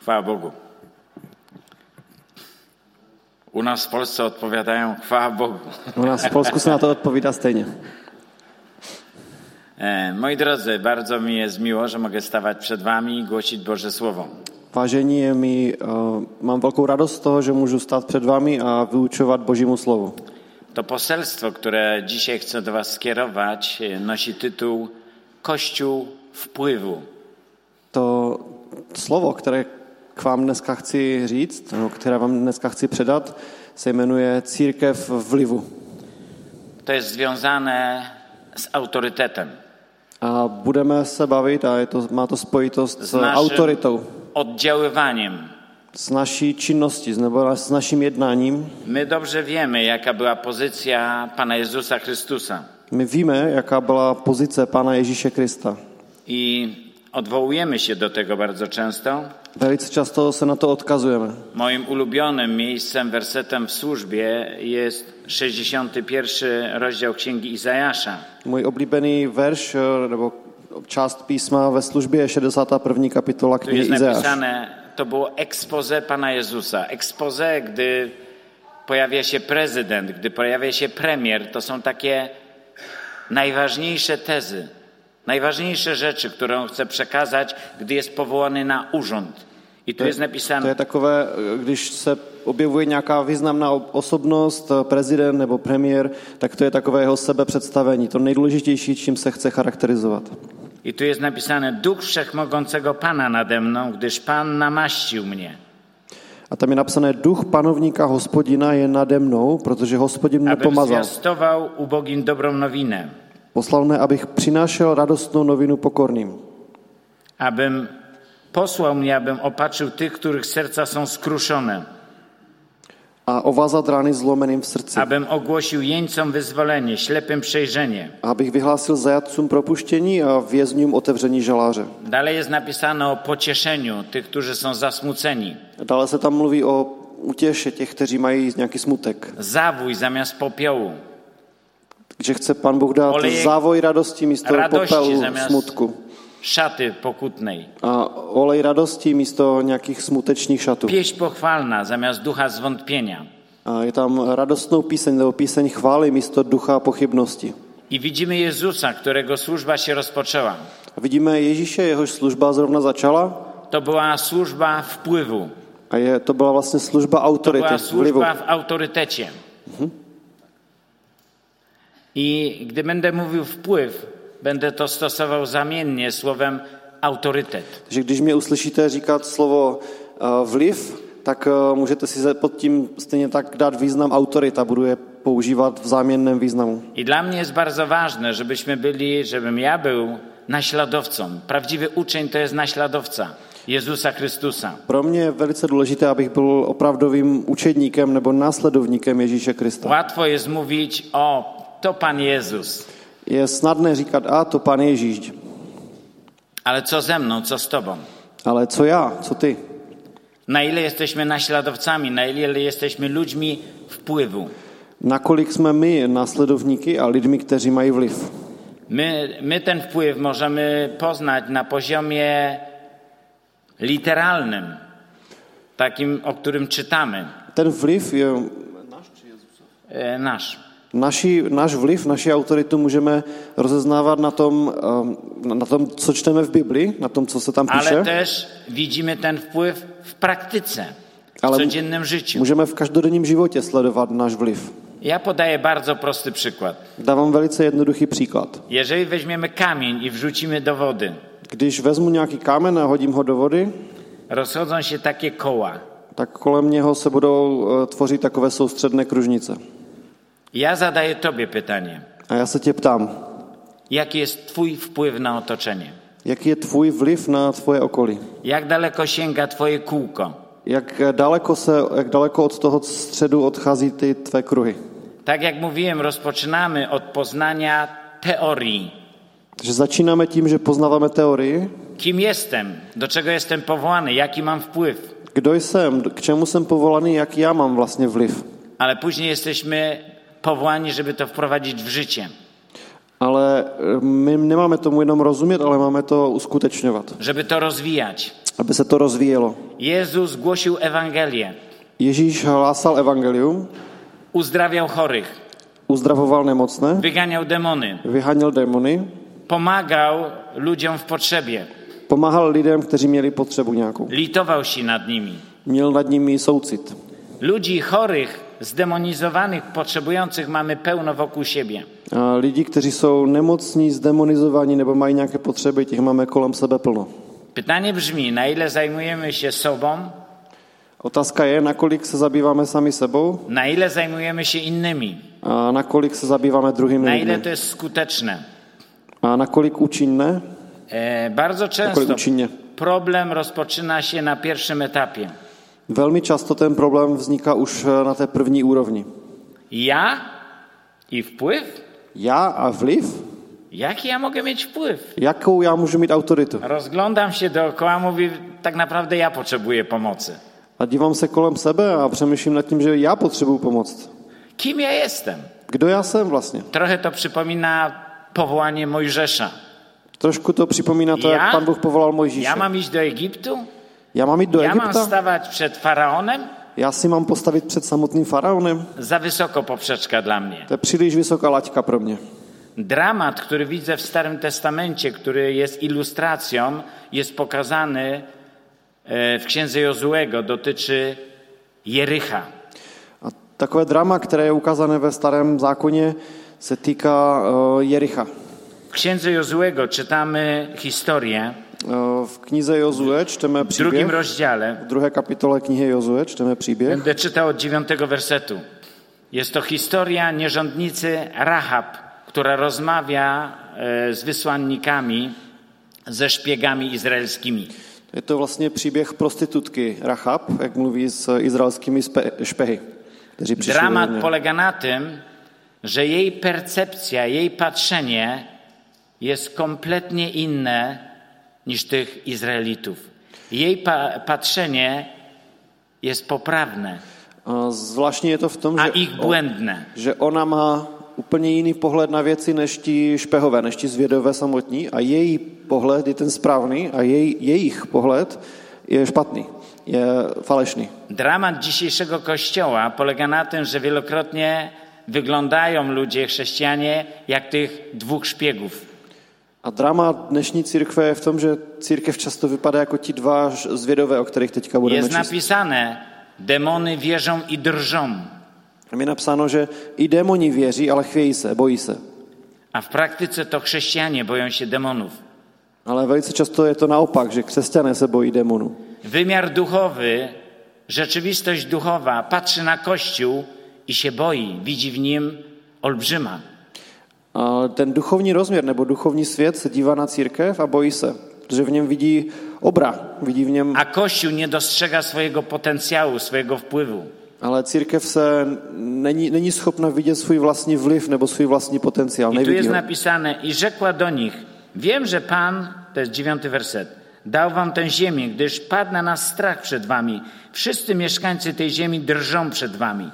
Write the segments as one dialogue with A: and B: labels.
A: Chwała Bogu. U nas w Polsce odpowiadają chwała Bogu.
B: U nas w Polsku se na to odpovídá stejně.
A: E, Moi drodzy, bardzo mi jest miło, że mogę stawać przed Wami i głosić Boże Słowo.
B: Vážení, je mi, eh, mám velkou radost z toho, že můžu stát před vámi a vyučovat Božímu slovu.
A: To poselstwo, które dzisiaj chcę do Was skierować, e, nosi tytuł Kościół wpływu.
B: To slovo, které k vám dneska chci říct, no, které vám dneska chci předat, se jmenuje Církev vlivu.
A: To jest związane z autorytetem,
B: A budeme se bavit, a je to, má to spojitost s
A: Znaš-
B: autoritou,
A: oddziaływaniem.
B: s naší činností, nebo s naším jednáním.
A: My dobrze wiemy, jaka była pozycja Pana Jezusa Chrystusa.
B: My víme, jaká byla pozice Pána Ježíše Krista.
A: I odwołujemy się do tego bardzo często.
B: Velice často se na to odkazujeme.
A: Moim ulubionym miejscem, wersetem w służbie jest 61 rozdział Księgi Izajasza.
B: Můj oblíbený verš eh, nebo část písma ve službě je 61. kapitola
A: Tu jest
B: knihy Izajáš.
A: napisane, to było expose Pana Jezusa. Expose, gdy pojawia się prezydent, gdy pojawia się premier, to są takie najważniejsze tezy, najważniejsze rzeczy, które on chce przekazać, gdy jest powołany na urząd. I tu jest
B: To je
A: napisane,
B: takové, eh, když se objevuje nějaká významná ob- osobnost, eh, prezident nebo premiér, tak to je takové jeho sebepředstavení, to nejdůležitější, čím se chce charakterizovat.
A: i tu jest napisane, Duch Wszechmogącego Pana nade mną, gdyż Pan namaścił mnie.
B: A tam je napsané, duch panovníka hospodina je nade mnou, protože hospodin mě
A: abym
B: pomazal.
A: zwiastował ubogim dobrą nowinę,
B: Poslal mne, abych přinášel radostnou novinu pokorným.
A: abym posłał mnie, abym opatrzył tych, których serca są skruszone,
B: A ovázat rány zlomeným v srdci.
A: abym ogłosił jeńcom wyzwolenie, ślepym przejrzenie.
B: Abych vyhlásil zajatcům propuštění a vězňům otevření žaláře.
A: Dalej jest napisane o pocieszeniu tych, którzy są zasmuceni.
B: Dále se tam mluví o utěše těch, kteří mají nějaký smutek.
A: Zawój zamiast popiołu,
B: Že chce pan Bůh dát
A: Olej-
B: závoj radosti místo
A: Radosti
B: popelu
A: zaměst-
B: smutku.
A: szaty pokutnej,
B: A olej radosti místo nějakých smutečných šatů.
A: pieśń pochwalna zamiast ducha zwątpienia.
B: A je tam radostnou píseň nebo píseň chvály místo ducha pochybnosti.
A: I widzimy Jezusa, którego służba się rozpoczęła.
B: A vidíme Ježíše, jehož služba zrovna začala
A: To była służba wpływu,
B: a je, to byla vlastně služba autority,
A: była
B: vlivu.
A: służba w autorytecie. I gdy będę mówił wpływ, będę to stosował zamiennie słowem autorytet.
B: Takže když mě uslyšíte říkat slovo eh, vliv, tak eh, můžete si ze- pod tím stejně tak dát význam autorita, budu je používat v záměnném významu.
A: I dla mnie jest bardzo ważne, żebyśmy byli, żebym ja był naśladowcą. Prawdziwy uczeń to jest naśladowca Jezusa Chrystusa.
B: Pro mě je velice důležité, abych byl opravdovým učedníkem nebo následovníkem Ježíše Krista.
A: Łatwo jest mówić o to Pan Jezus,
B: Je snadné říkat, a to pan Ježíš,
A: ale co ze mną, co z Tobą?
B: ale co já, co ty?
A: Na ile jesteśmy naśladowcami, na ile jesteśmy ludźmi wpływu?
B: Nakolik jsme my následovníky a lidmi, kteří mají vliv?
A: My, my ten wpływ możemy poznać na poziomie literalnym, takim, o którym czytamy.
B: Ten vliv je
A: E, Nasz.
B: Naši, náš vliv, naši autoritu můžeme rozeznávat na tom, ehm, na tom, co čteme v Bibli, na tom, co se tam
A: Ale
B: píše.
A: też widzimy ten wpływ w praktyce, w
B: Ale m-
A: codziennym życiu.
B: Můžeme v každodenním životě sledovat náš vliv.
A: Ja podaję bardzo prosty przykład.
B: Dávám velice jednoduchý příklad.
A: Jeżeli weźmiemy kamień i wrzucimy do wody,
B: Když vezmu nějaký kámen a hodím ho do vody,
A: rozchodzą się takie koła.
B: tak kolem něho se budou eh, tvořit takové soustředné kružnice.
A: Ja zadaję Tobie pytanie:
B: A já se tě ptám,
A: jaki jest Twój wpływ na otoczenie?
B: jaký je tvůj vliv na tvoje okolí?
A: Jak daleko sięga Twoje kółko?
B: Jak daleko, se, jak daleko od toho středu odchází ty tvé kruhy?
A: Tak jak mówiłem, rozpoczynamy od poznania teorii.
B: Takže začínáme tím, že poznáváme teorii,
A: Kim jestem? Do czego jestem powołany? Jaki mam wpływ?
B: Kdo jsem, k čemu jsem povolaný, jak já mám vlastně vliv.
A: Ale później jesteśmy powołani, żeby to wprowadzić w życie,
B: Ale eh, my nemáme tomu jenom rozumět, ale máme to uskutečňovat,
A: żeby to rozwijać.
B: aby se to rozvíjelo.
A: Jezus głosił Ewangelię,
B: Ježíš hlásal evangelium,
A: uzdrawiał chorych,
B: uzdravoval nemocné,
A: wyganiał demony,
B: vyhanil démony,
A: pomagał ludziom w potrzebie,
B: pomáhal lidem, kteří měli potřebu nějakou.
A: litował się nad nimi.
B: Měl nad nimi soucit.
A: Ludzi chorych, zdemonizowanych, potrzebujących mamy pełno wokół siebie.
B: A lidi, kteří jsou nemocní, zdemonizovaní nebo mají nějaké potřeby, těch máme kolem sebe plno.
A: Pytanie brzmi, na ile zajmujemy się sobą,
B: Otázka je, nakolik se zabýváme sami sebou
A: na ile zajmujemy się innymi,
B: a nakolik se zabýváme druhými
A: na ile
B: lidmi.
A: to jest skuteczne.
B: A nakolik účinné,
A: E, bardzo
B: nakolik
A: często
B: účinně.
A: problem rozpoczyna się na pierwszym etapie.
B: Velmi často ten problém vzniká už eh, na té první úrovni.
A: Ja i wpływ?
B: Já a vliv?
A: Jaki ja mogę mieć wpływ?
B: Jakou já můžu mít autoritu?
A: Rozglądam się dookoła, mówię, tak naprawdę ja potrzebuję pomocy.
B: A dívám se kolem sebe a přemýšlím nad tím, že já potřebuju pomoc.
A: Kim ja jestem?
B: Kdo já jsem vlastně?
A: Trochę to przypomina powołanie Mojżesza.
B: Trošku to připomíná to,
A: Já?
B: jak pan Bůh povolal Mojžíše.
A: Ja mam iść do Egiptu?
B: já mám jít do
A: Ja mam
B: Egypta?
A: stawać przed faraonem?
B: Já si mám postavit před samotným faraonem?
A: Za wysoko poprzeczka dla mnie.
B: To je příliš vysoká laťka pro mě.
A: Dramat, który widzę w Starym Testamencie, który jest ilustracją, jest pokazany e, w księdze Jozuego, dotyczy Jericha.
B: A takové drama, které je ukázané ve starém zákoně, se týká eh, Jericha.
A: W księdze Jozuego czytamy historię
B: Eh, v knize Jozue čteme
A: w drugim
B: příběh.
A: rozdziale.
B: V druhé kapitole knihy Jozue čteme příběh.
A: Będę czytał od dziewiątego wersetu. Jest to historia nierządnicy Rahab, która rozmawia e, z wysłannikami, ze szpiegami izraelskimi.
B: Je to vlastně příběh prostitutky Rachab, jak mluví s izraelskými spe- špehy, kteří přišli
A: Dramat
B: do mě.
A: polega na tym, że jej percepcja, jej patrzenie jest kompletnie inne niż tych Izraelitów. Jej pa- patrzenie jest poprawne,
B: A Zvláštní je to v tom,
A: a
B: že,
A: ich błędne.
B: že ona má úplně jiný pohled na věci než ti špehové, než ti zvědové samotní a její pohled je ten správný a jej, jejich pohled je špatný, je falešný.
A: Dramat dzisiejszego kościoła polega na tym, że wielokrotnie wyglądają ludzie, chrześcijanie, jak tych dwóch szpiegów.
B: A drama dnešní církve je v tom, že církev často vypadá jako ti dva ž- zvědové, o kterých teďka budeme
A: Jest
B: číst.
A: napisane: demony wierzą i drżą.
B: Tam je napsáno, že i démoni věří, ale chvějí se, bojí se.
A: A w praktyce to chrześcijanie boją się demonów.
B: Ale velice často je to naopak, že křesťané se bojí démonů.
A: Wymiar duchowy, rzeczywistość duchowa patrzy na Kościół i się boi, widzi w nim olbrzyma.
B: A ten duchovní rozměr nebo duchovní svět se dívá na církev a bojí se, protože v něm vidí obra, vidí v něm,
A: A Kościół nie dostrzega swojego potencjału, swojego wpływu.
B: ale církev se není, není schopna vidět svůj vlastní vliv nebo svůj vlastní potenciál,
A: I tu
B: nevidí
A: jest
B: ho.
A: napisane, i rzekła do nich, wiem, że Pan, to jest dziewiąty werset, dał wam tę ziemię, gdyż padł na nas strach przed wami. Wszyscy mieszkańcy tej ziemi drżą przed wami.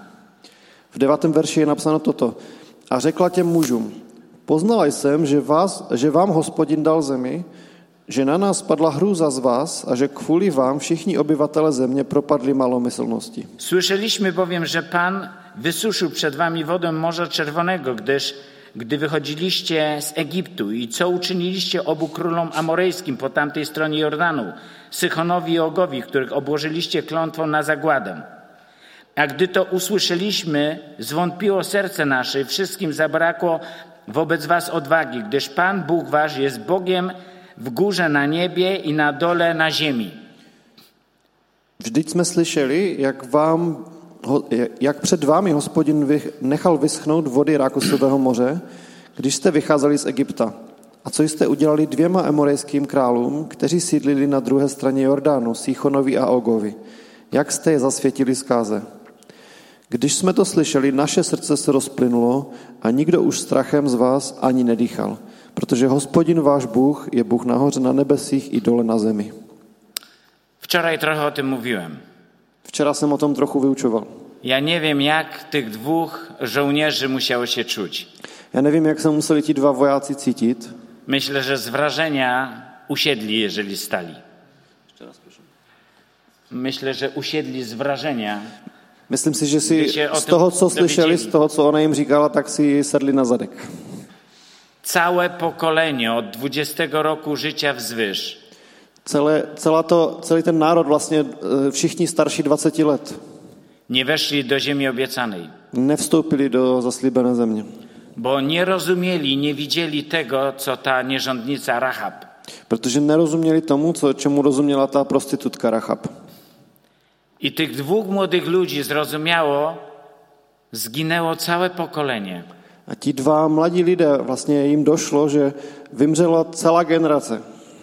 B: V devátém verši je napsáno toto. A řekla těm mužům, poznala jsem, že, vás, že vám hospodin dal zemi, že na nás padla hrůza z vás a že kvůli vám všichni obyvatele země propadli malomyslnosti.
A: Słyszeliśmy bowiem, że Pan wysuszył przed wami wodę Morza Czerwonego, gdyż gdy wychodziliście z Egiptu i co uczyniliście obu królom amorejskim po tamtej stronie Jordanu, Sychonowi i Ogowi, których obłożyliście klątwą na zagładę. A gdy to usłyszeliśmy, zwątpiło serce nasze i wszystkim zabrakło wobec was odwagi, gdyż Pan Bóg wasz jest Bogiem w górze na niebie i na dole na ziemi.
B: Vždyť jsme slyšeli, jak, vám, ho- jak před vámi hospodin vych- nechal vyschnout vody Rákosového moře, když jste vycházeli z Egypta. A co jste udělali dvěma emorejským králům, kteří sídlili na druhé straně Jordánu, Síchonovi a Ogovi? Jak jste je zasvětili zkáze? Když jsme to slyšeli, naše srdce se rozplynulo a nikdo už strachem z vás ani nedýchal, protože hospodin váš Bůh je Bůh nahoře na nebesích i dole na zemi.
A: Wczoraj trochę o tym mówiłem.
B: Včera jsem o tom trochu vyučoval.
A: Ja nie wiem, jak tych dwóch żołnierzy musiało się czuć.
B: Já nevím, jak se museli ti dva vojáci cítit.
A: Myślę, że z wrażenia usiedli, jeżeli stali. Myślę, że usiedli z wrażenia,
B: Myslím si, že si
A: Když je o
B: z
A: tom
B: toho, co
A: dovidění.
B: slyšeli, z toho, co ona jim říkala, tak si sedli na zadek.
A: Całe pokolenie od 20 roku życia wzwyż
B: Celé, celá to, celý ten národ, vlastně eh, všichni starší 20 let,
A: nie weszli do ziemi obiecanej,
B: nevstoupili do zaslíbené země,
A: bo nie rozumieli, nie widzieli tego, co ta nierządnica Rahab.
B: protože nerozuměli tomu, co, čemu rozuměla ta prostitutka Rachab.
A: I tych dwóch młodych ludzi zrozumiało, zginęło całe pokolenie.
B: A ti dva mladí lidé, vlastně jim došlo, že vymřela celá generace,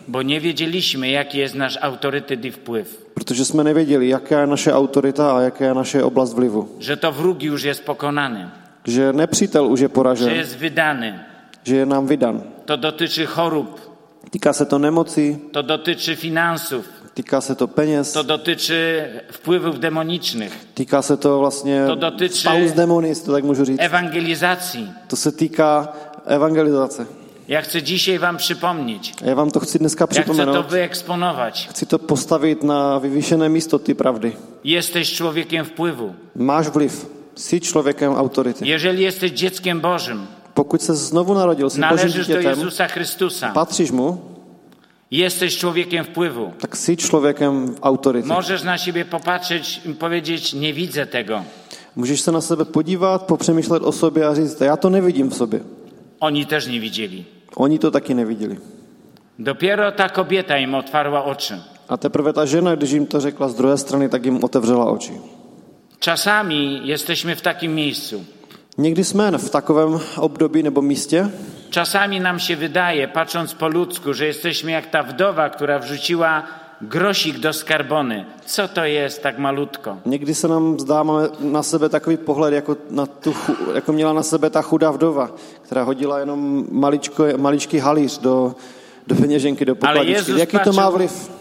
A: Bo nie wiedzieliśmy, jaki jest nasz autorytet i wpływ.
B: protože jsme nevěděli, jaká je naše autorita a jaká je naše oblast vlivu.
A: Że to wróg już jest pokonany,
B: Že nepřítel už je
A: że
B: poražen,
A: jest wydany.
B: že je nám vydan.
A: To dotyczy chorób,
B: Týká se to nemocí,
A: to dotyczy finansów,
B: týká se to peněz,
A: to dotyczy wpływów demonicznych,
B: týká se to vlastně
A: To E- dotyče-
B: stavu s demony, jestli to tak můžu říct.
A: ewangelizacji.
B: To se týká evangelizace.
A: Ja chcę dzisiaj Wam przypomnieć,
B: A já vám to chci dneska
A: ja chcę to
B: připomenout.
A: wyeksponować.
B: Chci to postavit na vyvýšené místo ty pravdy.
A: Jesteś człowiekiem wpływu.
B: Máš vliv, jsi člověkem autority.
A: Jeżeli jesteś dzieckiem Bożym,
B: Pokud se znovu narodil, jsi božím
A: należysz do
B: dítětem,
A: Jezusa Chrystusa.
B: patříš mu,
A: Jesteś człowiekiem wpływu.
B: tak jsi člověkem autority.
A: Możesz na siebie popatrzeć i powiedzieć: Nie widzę tego.
B: Můžeš se na sebe podívat, popřemýšlet o sobě a říct, já to nevidím v sobě.
A: Oni też nie widzieli.
B: Oni to taky neviděli.
A: Dopiero ta kobieta im otwarła oczy.
B: A teprve ta žena, když jim to řekla z druhé strany, tak jim otevřela oči.
A: Czasami jesteśmy w takim miejscu.
B: Někdy jsme v takovém období nebo místě,
A: Czasami nam się wydaje, patrząc po ludzku, że jesteśmy jak ta wdowa, która wrzuciła grosik do skarbony. Co to jest tak malutko?
B: Někdy se nám zdá, máme na sebe takový pohled, jako, na tu, chu- jako měla na sebe ta chudá vdova, která hodila jenom maličko, maličký halíř do, do peněženky, do pokladničky.
A: Jezus
B: Jaký to má
A: patřil-
B: vliv?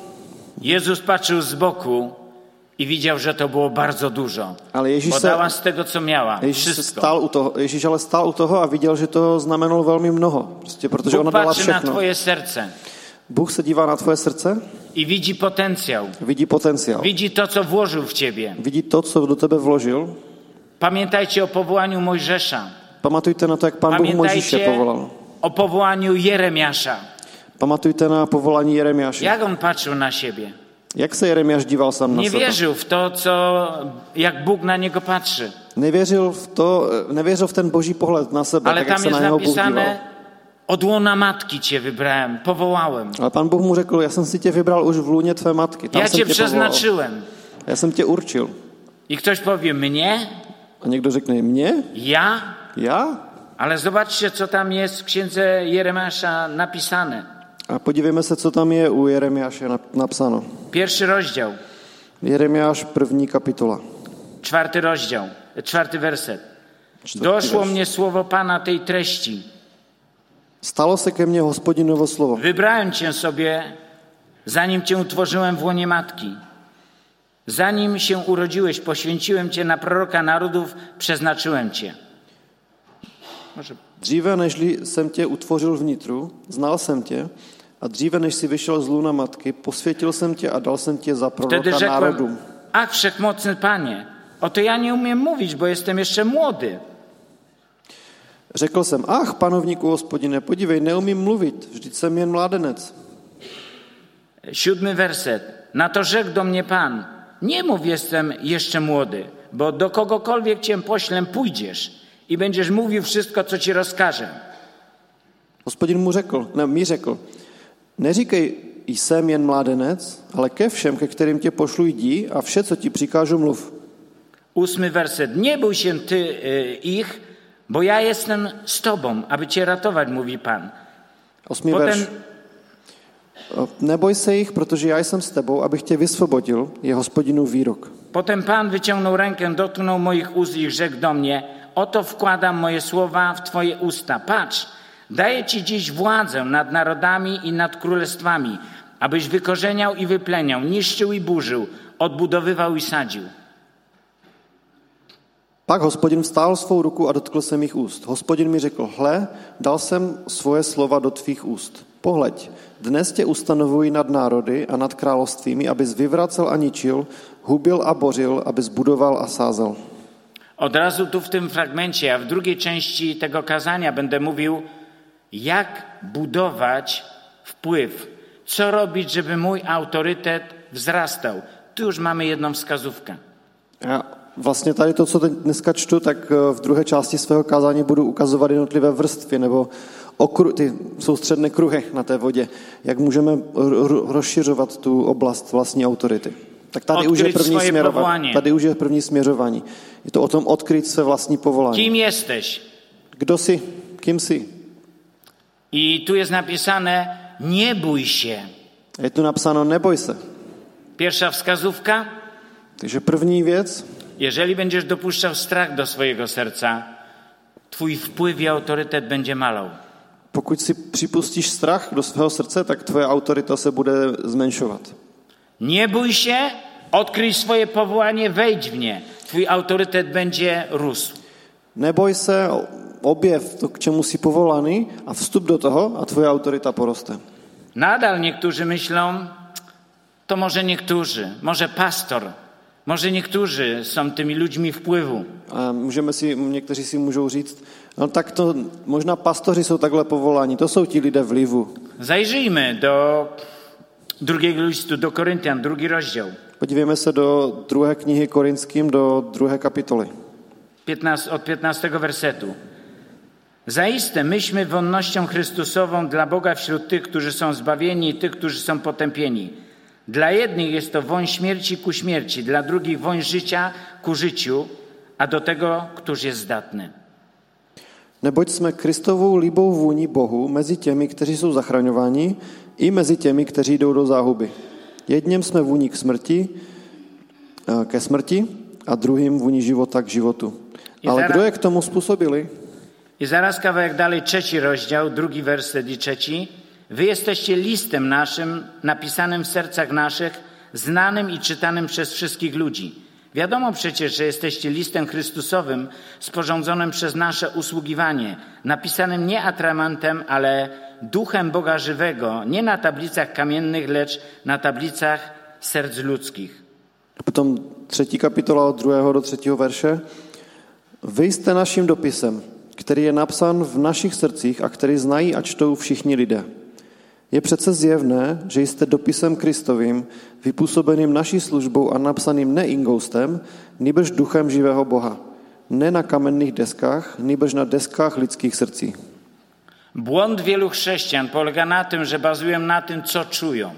A: Jezus patrzył z boku i widział, że to było bardzo dużo.
B: Ale Ježíš se,
A: Podała z tego, co miała.
B: Ježíš se
A: Wszystko.
B: stál u toho, Ježíš ale stál u toho a viděl, že to znamenalo velmi mnoho. Prostě protože ona
A: Bóg
B: dala
A: patrzy na
B: všechno.
A: Twoje serce
B: Bůh se dívá na tvoje srdce,
A: i widzi potencjał.
B: vidí potenciál.
A: Widzi to, co włożył w ciebie.
B: Vidí to, co do tebe vložil.
A: Pamiętajcie o powołaniu Mojżesza.
B: Pamatujte na to, jak pán Bůh Mojžíše
A: Pamiętajcie
B: povolal.
A: o powołaniu Jeremiasza.
B: Pamatujte na povolání Jeremiáše.
A: Jak on patrzył na siebie?
B: Jak se Jeremiáš díval sám na
A: Nie
B: sebe?
A: wierzył w to, co, jak Bóg na niego patrzy.
B: Tak Nevěřil v, to, nevěřil v ten boží pohled na sebe,
A: Ale
B: tak jak
A: tam
B: se
A: jest
B: na něho Bůh díval.
A: napisane, od łona matki cię wybrałem, powołałem.
B: Ale pan Bůh mu řekl, já jsem si tě vybral už v lůně tvé matky. Tam
A: Ja
B: jsem
A: cię
B: povolal.
A: przeznaczyłem.
B: Já jsem tě určil.
A: I ktoś powie, mnie?
B: A někdo řekne, mě?
A: Ja?
B: Já?
A: Ale zobaczcie, co tam jest w księdze Jeremiasza napisane.
B: A podívejme se, co tam je u Jeremiáše nap- napsáno.
A: Pierwszy rozdział,
B: Jeremiáš první kapitola.
A: czwarty rozdział, czwarty werset.
B: čtvrtý
A: Doszło
B: verš.
A: mnie słowo Pana tej treści.
B: Stalo se ke mně hospodinovo slovo.
A: Wybrałem Cię sobie, zanim Cię utworzyłem w łonie matki. Zanim się urodziłeś, poświęciłem Cię na proroka narodów, przeznaczyłem Cię. Może
B: Dříve, než jsem tě utvořil vnitru, znal jsem tě, a dříve, než jsi vyšel z lůna matky, posvětil jsem tě a dal jsem tě za
A: wtedy
B: proroka národům.
A: rzekłem, ach wszechmocny Panie, oto ja nie umiem mówić, bo jestem jeszcze młody.
B: Řekl jsem, ach, panovníku hospodine, podívej, neumím mluvit, vždyť jsem jen mládenec.
A: Siódmy werset. Na to rzekł do mnie Pan, nie mów jestem jeszcze młody, bo do kogokolwiek Cię poślę pójdziesz i będziesz mówił wszystko, co Ci rozkażę.
B: Hospodin mu řekl, ne, mi řekl, neříkej, jsem jen mládenec, ale ke všem, ke kterým tě pošlu jdi a vše, co ti přikážu, mluv.
A: Ósmy werset. Nie bój się ty y, ich, bo ja jestem z tobą, aby cię ratować, mówi Pan.
B: Osmý
A: Potem
B: verš. Neboj se jich, protože já jsem s tebou, abych tě vysvobodil, je hospodinův výrok.
A: Potem Pan wyciągnął rękę, dotknął moich ust i rzekł do mnie: Oto wkładam moje słowa w Twoje usta. Patrz, daję Ci dziś władzę nad narodami i nad królestwami, abyś wykorzeniał i wypleniał, niszczył i burzył, odbudowywał i sadził.
B: Pak hospodin vstál svou ruku a dotkl se mých úst. Hospodin mi řekl, hle, dal jsem svoje slova do tvých úst. Pohleď, dnes tě ustanovuji nad národy a nad královstvími, abys vyvracel a ničil, hubil a bořil, abys budoval a sázel.
A: Od razu tu w tym fragmencie, a w drugiej części tego kazania będę mówił, jak budować wpływ, co robić, żeby mój autorytet wzrastał. Tu już mamy jedną wskazówkę.
B: Já vlastně tady to, co teď dneska čtu, tak eh, v druhé části svého kázání budu ukazovat jednotlivé vrstvy nebo okru, ty soustředné kruhy na té vodě, jak můžeme ro- ro- rozšiřovat tu oblast vlastní autority. Tak tady už, je
A: Odkryt
B: první
A: svoje
B: směrování.
A: povolání.
B: tady už je první směřování. Je to o tom odkryt své vlastní povolání.
A: Kim jesteś?
B: Kdo jsi? Kým jsi?
A: I tu jest napisane: nie bój się.
B: Je tu napsáno neboj se.
A: Pierwsza wskazówka:
B: Takže první věc,
A: jeżeli będziesz dopuszczał strach do swojego serca, twój wpływ i autorytet będzie malał.
B: pokud si připustíš strach do svého srdce, tak tvoje autorita se bude zmenšovat.
A: Nie bój się, odkryj swoje powołanie, wejdź w nie. Twój autorytet będzie rósł.
B: Neboj se, objev to, k čemu jsi povolaný a vstup do toho a tvoje autorita poroste.
A: Nadal niektórzy myślą, to może niektórzy, może pastor, może niektórzy są tymi ludźmi wpływu.
B: A můžeme si, někteří si můžou říct, no tak to možná pastoři jsou takhle povoláni, to jsou ti lidé vlivu.
A: Zajrzyjmy do drugiego listu do Koryntian, drugi rozdział,
B: Podívejme se do druhé knihy Korinským, do druhé kapitoly.
A: 15, od 15 wersetu. Zaiste myśmy wonnością Chrystusową dla Boga wśród tych, którzy są zbawieni i tych, którzy są potępieni. Dla jednych jest to woń śmierci ku śmierci, dla drugich woń życia ku życiu, a do tego, któż jest zdatny.
B: Neboť jsme Kristovou líbou vůní Bohu mezi těmi, kteří jsou zachraňováni, i mezi těmi, kteří jdou do záhuby. Jedním jsme vůní k smrti, eh, ke smrti a druhým vůní života k životu.
A: Je
B: Ale
A: teda-
B: kdo je k tomu způsobili?
A: I zaraz kawałek dalej, trzeci rozdział, drugi werset i trzeci. Wy jesteście listem naszym, napisanym w sercach naszych, znanym i czytanym przez wszystkich ludzi. Wiadomo przecież, że jesteście listem Chrystusowym, sporządzonym przez nasze usługiwanie, napisanym nie atramentem, ale duchem Boga żywego, nie na tablicach kamiennych, lecz na tablicach serc ludzkich.
B: Potom třetí kapitola od druhého do třetího verše. Vy jste naším dopisem, který je napsán v našich srdcích a který znají a čtou všichni lidé. Je přece zjevné, že jste dopisem Kristovým, vypůsobeným naší službou a napsaným ne ingoustem, nýbrž duchem živého Boha. Ne na kamenných deskách, nýbrž na deskách lidských srdcí.
A: Błąd wielu chrześcijan polega na tym, że bazują na tym, co czują.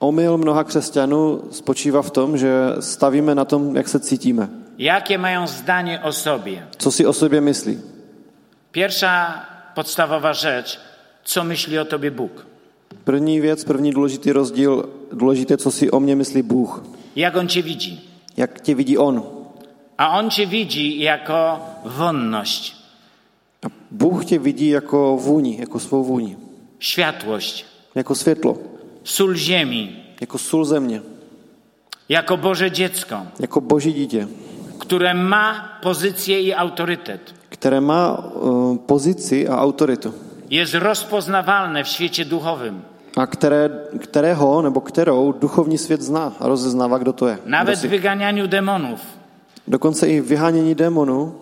B: Omyl mnoha křesťanů spočívá v tom, že stavíme na tom, jak se cítíme.
A: Jakie mają zdanie o sobie?
B: Co si o sobě myslí?
A: Pierwsza podstawowa rzecz, co myśli o tobie Bóg?
B: První věc, první důležitý rozdíl, důležité, co si o mně myslí Bůh.
A: Jak on cię widzi?
B: Jak tě vidí On.
A: A on cię widzi jako wonność,
B: Bůh tě vidí jako vůni, jako svou vůni,
A: światłość,
B: jako světlo,
A: sól ziemi,
B: jako sůl země,
A: jako Boże dziecko,
B: jako boží dítě,
A: które ma pozycję i autorytet.
B: které má eh, pozici a autoritu
A: Jest rozpoznawalne w świecie duchowym.
B: a které, kterého nebo kterou duchovní svět zná a rozeznává, kdo to je. Kdo
A: Nawet w
B: si-
A: wyganianiu demonów
B: Dokonce i vyhánění démonů.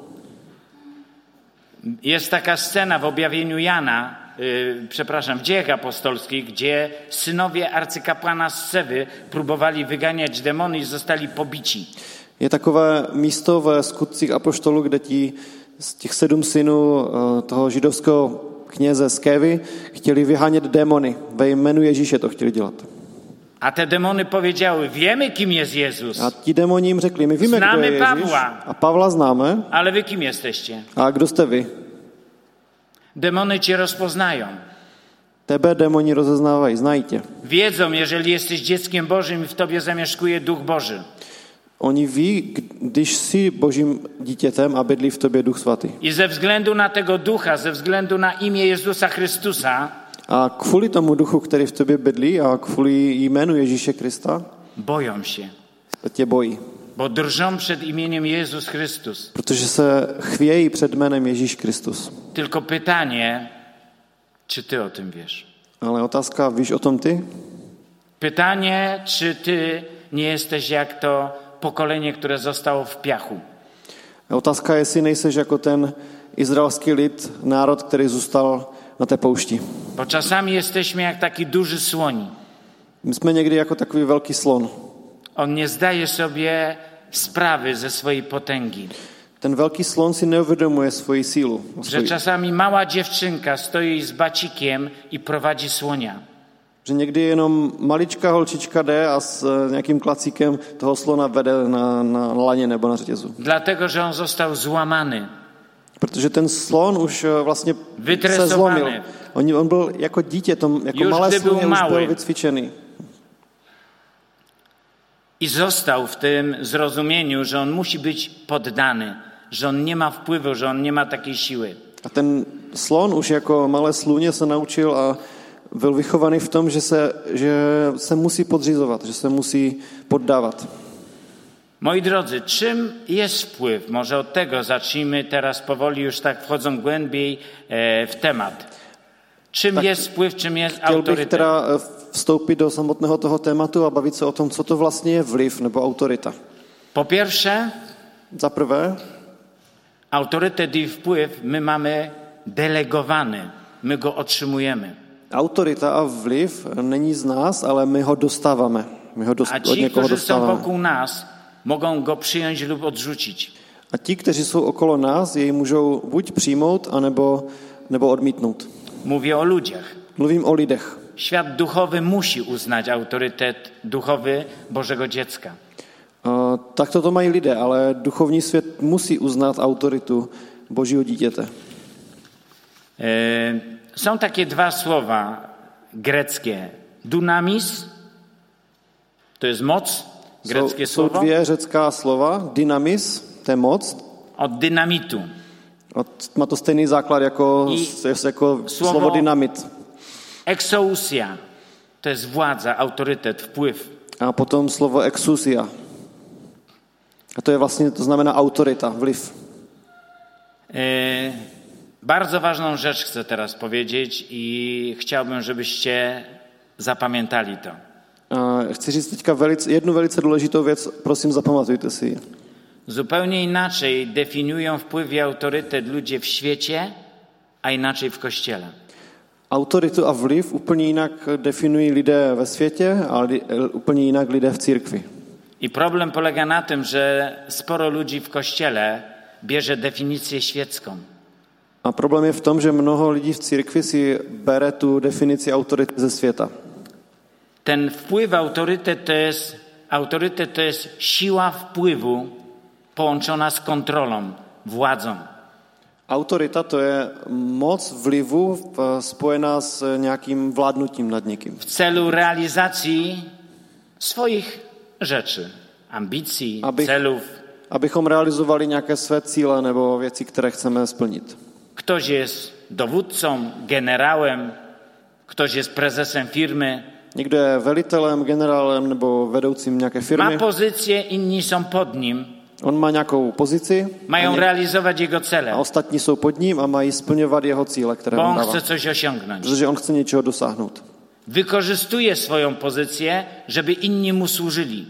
A: Jest taka scena w objawieniu Jana, y, przepraszam, w dziejach apostolskich, gdzie synowie arcykapłana z Sewy próbowali wyganiać demony i zostali pobici.
B: Je takové místo ve skutcích Apoštolů, kde ti z těch sedm synů eh, toho židovského kněze z Kévy chtěli vyhánět démony. Ve jménu Ježíše to chtěli dělat.
A: A te demony powiedziały, wiemy kim jest Jezus,
B: A ti démoni jim řekli, my víme,
A: Známe
B: kdo je Ježíš.
A: Pavla.
B: A Pavla známe.
A: ale wy kim jesteście?
B: A kdo jste vy?
A: Demony cię rozpoznają.
B: Tebe démoni rozeznávají, znají tě.
A: Wiedzą, jeżeli jesteś dzieckiem Bożym i w tobie zamieszkuje Duch Boży.
B: Oni ví, k- když jsi božím dítětem a bydlí v tobě duch svatý.
A: I ze względu na tego ducha, ze względu na imię Jezusa Chrystusa,
B: A kvůli tomu duchu, který v tobě bydlí a kvůli jménu Ježíše Krista,
A: boją się,
B: tě bojí.
A: bo drżą przed imieniem Jezus Chrystus.
B: Protože se chvějí před jménem Ježíš Kristus.
A: Tylko pytanie, czy ty o tym wiesz?
B: Ale otázka, víš o tom ty?
A: Pytanie, czy ty nie jesteś jak to pokolenie, które zostało w piachu.
B: Otázka je, jestli nejseš jako ten izraelský lid, národ, který zůstal na té poušti.
A: Bo czasami jesteśmy jak taki duży słoń.
B: My jsme někdy jako takový velký slon.
A: On nie zdaje sobie sprawy ze swojej potęgi.
B: Ten velký slon si neuvědomuje svoji sílu.
A: Że
B: Svoji,
A: czasami mała dziewczynka stoi z bacikiem i prowadzi słonia.
B: že někdy jenom maličká holčička jde a s eh, nějakým klacíkem toho slona vede na, na laně nebo na řetězu.
A: Dlatego, że on został złamany.
B: Protože ten slon už eh, vlastně se
A: Vytresovaný.
B: zlomil. On, on byl jako dítě, to, jako
A: Už
B: malé
A: kdy byl
B: sloně už byl
A: malý.
B: vycvičený.
A: I został w tym zrozumieniu, że on musi być poddany, że on nie ma wpływu, że on nie ma takiej siły.
B: A ten slon už jako malé sluně se naučil a byl vychovaný v tom, že se, že se musí podřizovat, že se musí poddávat.
A: Moi drodzy, czym jest wpływ? Może od tego zacznijmy teraz powoli, już tak wchodzą głębiej e, w temat. Czym jest wpływ, czym jest
B: Chtěl bych
A: autorytet?
B: teda eh, vstoupit do samotného toho tématu a bavit se o tom, co to vlastně je vliv nebo autorita.
A: Po pierwsze,
B: Za prvé,
A: autorytet i wpływ my mamy delegowany, my go otrzymujemy.
B: autorita a vliv není z nás, ale my ho dostáváme. My ho
A: A
B: dost, od
A: ci,
B: někoho
A: którzy są
B: dostáváme.
A: wokół nas, mogą go przyjąć lub odrzucić.
B: A ti, kteří jsou okolo nás, jej můžou buď přijmout, anebo, nebo odmítnout.
A: Mówię o ludziach.
B: Mluvím o lidech.
A: Świat duchowy musi uznać autorytet duchowy Bożego dziecka.
B: A Tak toto mají lidé, ale duchovní svět musí uznat autoritu Božího dítěte.
A: E, Są takie dwa słowa greckie. Dunamis to jest moc,
B: Jsou,
A: greckie
B: jsou
A: słowo,
B: dvě řecká slova, dynamis, to je moc,
A: od dynamitu.
B: a má to stejný základ jako,
A: I
B: s- jako
A: slovo-
B: slovo, slovo dynamit.
A: Exousia to jest władza, autorytet, wpływ.
B: A potom slovo exusia. A to je vlastně, to znamená autorita, vliv.
A: E, Bardzo ważną rzecz chcę teraz powiedzieć i chciałbym, żebyście zapamiętali to.
B: A chci říct teďka velice, jednu velice důležitou věc, prosím zapamatujte si ji.
A: Zupełnie inaczej definiują wpływ i autorytet ludzie w świecie, a inaczej w kościele.
B: Autoritu a vliv úplně jinak definují lidé ve světě a li, úplně jinak lidé v církvi.
A: I problem polega na tym, że sporo ludzi w kościele bierze definicję świecką.
B: A problém je v tom, že mnoho lidí v církvi si bere tu definici autority ze světa.
A: Ten wpływ, autorytet to jest, autorytet to jest siła wpływu połączona z kontrolą, władzą.
B: Autorita to je moc vlivu eh, spojená s nějakým vládnutím nad někým.
A: W celu realizacji swoich rzeczy, ambicji,
B: Aby-
A: celów.
B: Abychom realizovali nějaké své cíle nebo věci, které chceme splnit.
A: Ktoś jest dowódcą, generałem, ktoś jest prezesem firmy.
B: Někdo je velitelem, generálem nebo vedoucím nějaké
A: Ma
B: firmy.
A: pozycję, inni są pod nim,
B: On má nějakou pozici
A: mają realizować jego cele.
B: a ostatní jsou pod ním a mají splňovat jeho cíle, které
A: bo
B: on
A: on
B: dává.
A: chce coś osiągnąć.
B: Protože on chce něčeho dosáhnout.
A: Wykorzystuje swoją pozycję, żeby inni mu służyli.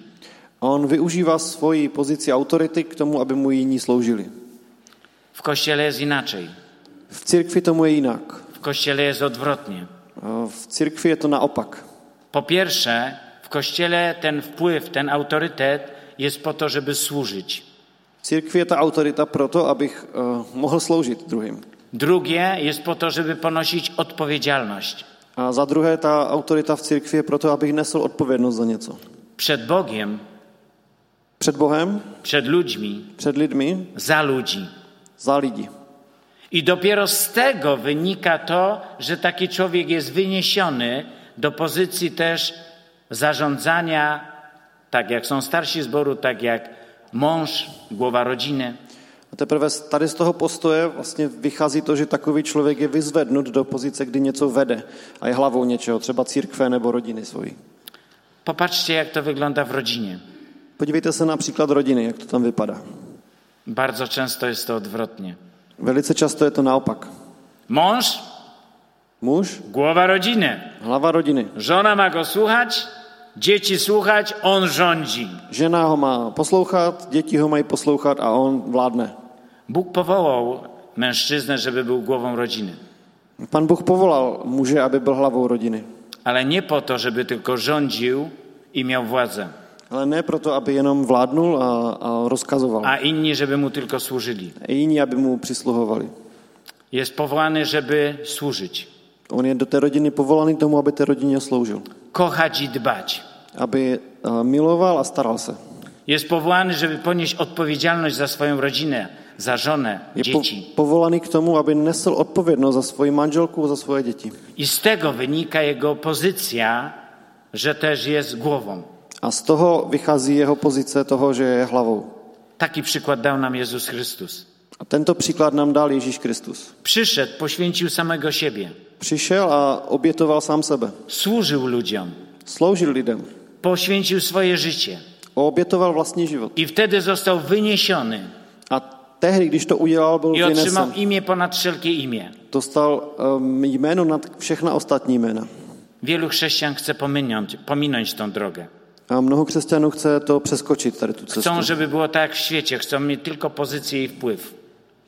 B: A on využívá svoji pozici autority k tomu, aby mu jiní sloužili.
A: W kościele jest inaczej.
B: V církvi tomu je jinak. Eh,
A: W kościele jest odwrotnie.
B: V církvi je to naopak.
A: Po pierwsze, w kościele ten wpływ, ten autorytet jest po to, żeby służyć.
B: V církvi je ta autorita proto, abych eh, mohl sloužit druhým.
A: Drugie jest po to, żeby ponosić odpowiedzialność.
B: A za druhé, ta autorita v církvi je proto, abych nesl odpovědnost za něco.
A: Przed Bogiem,
B: Před Bohem,
A: przed ludźmi,
B: před lidmi,
A: za ludzi.
B: za lidi.
A: I dopiero z tego wynika to, że taki człowiek jest wyniesiony do pozycji też zarządzania, tak jak są starsi zboru, tak jak mąż, głowa rodziny.
B: A teprve z- tady z toho postoje vlastně vychází to, že takový člověk je vyzvednut do pozice, kdy něco vede a je hlavou něčeho, třeba církve nebo rodiny svojí.
A: Popatrzcie, jak to wygląda w rodzinie.
B: Podívejte se na příklad rodiny, jak to tam vypadá.
A: Bardzo często jest to odwrotnie.
B: Velice často je to naopak.
A: Mąż
B: Muž,
A: Głowa rodziny.
B: hlava rodiny.
A: Żona ma go słuchać, dzieci słuchać, on rządzi.
B: Žena ho má poslouchat, děti ho mají poslouchat a on vládne.
A: Bóg powołał mężczyznę, żeby był głową rodziny.
B: Pan Bůh povolal muže, aby byl hlavou rodiny.
A: Ale nie po to, żeby tylko rządził i miał władzę,
B: Ale ne proto, aby jenom vládnul a, a rozkazoval.
A: a inni, żeby mu tylko służyli.
B: Jiní, aby mu přisluhovali.
A: Jest powołany, żeby służyć,
B: On je do té rodiny povolaný tomu, aby té rodině sloužil.
A: kochać i dbać.
B: Aby a, miloval a staral se.
A: Jest powołany, żeby ponieść odpowiedzialność za swoją rodzinę, za żonę,
B: Je po,
A: dzieci.
B: povolaný k tomu, aby nesl odpovědnost za svoji manželku a za svoje děti.
A: I z tego wynika jego pozycja, że też jest głową.
B: A z toho vychází jeho pozice toho, že je hlavou.
A: Taki przykład dał nam Jezus Chrystus.
B: A tento příklad nám dal Ježíš Kristus.
A: Przyszedł, poświęcił samego siebie,
B: Přišel a obětoval sám sebe.
A: służył ludziom,
B: Sloužil lidem.
A: poświęcił swoje życie
B: Obětoval vlastní život.
A: i wtedy został wyniesiony
B: A tehdy, když to udělal, byl
A: i otrzymał
B: vynesen.
A: imię ponad wszelkie imię.
B: Dostal um, jméno nad všechna ostatní jména.
A: Wielu chrześcijan chce pominąć, pominąć tą drogę.
B: A mnoho křesťanů chce to přeskočit, tady tu cestu.
A: Chcą, żeby było tak jak w świecie, chcą mieć tylko pozycję i wpływ.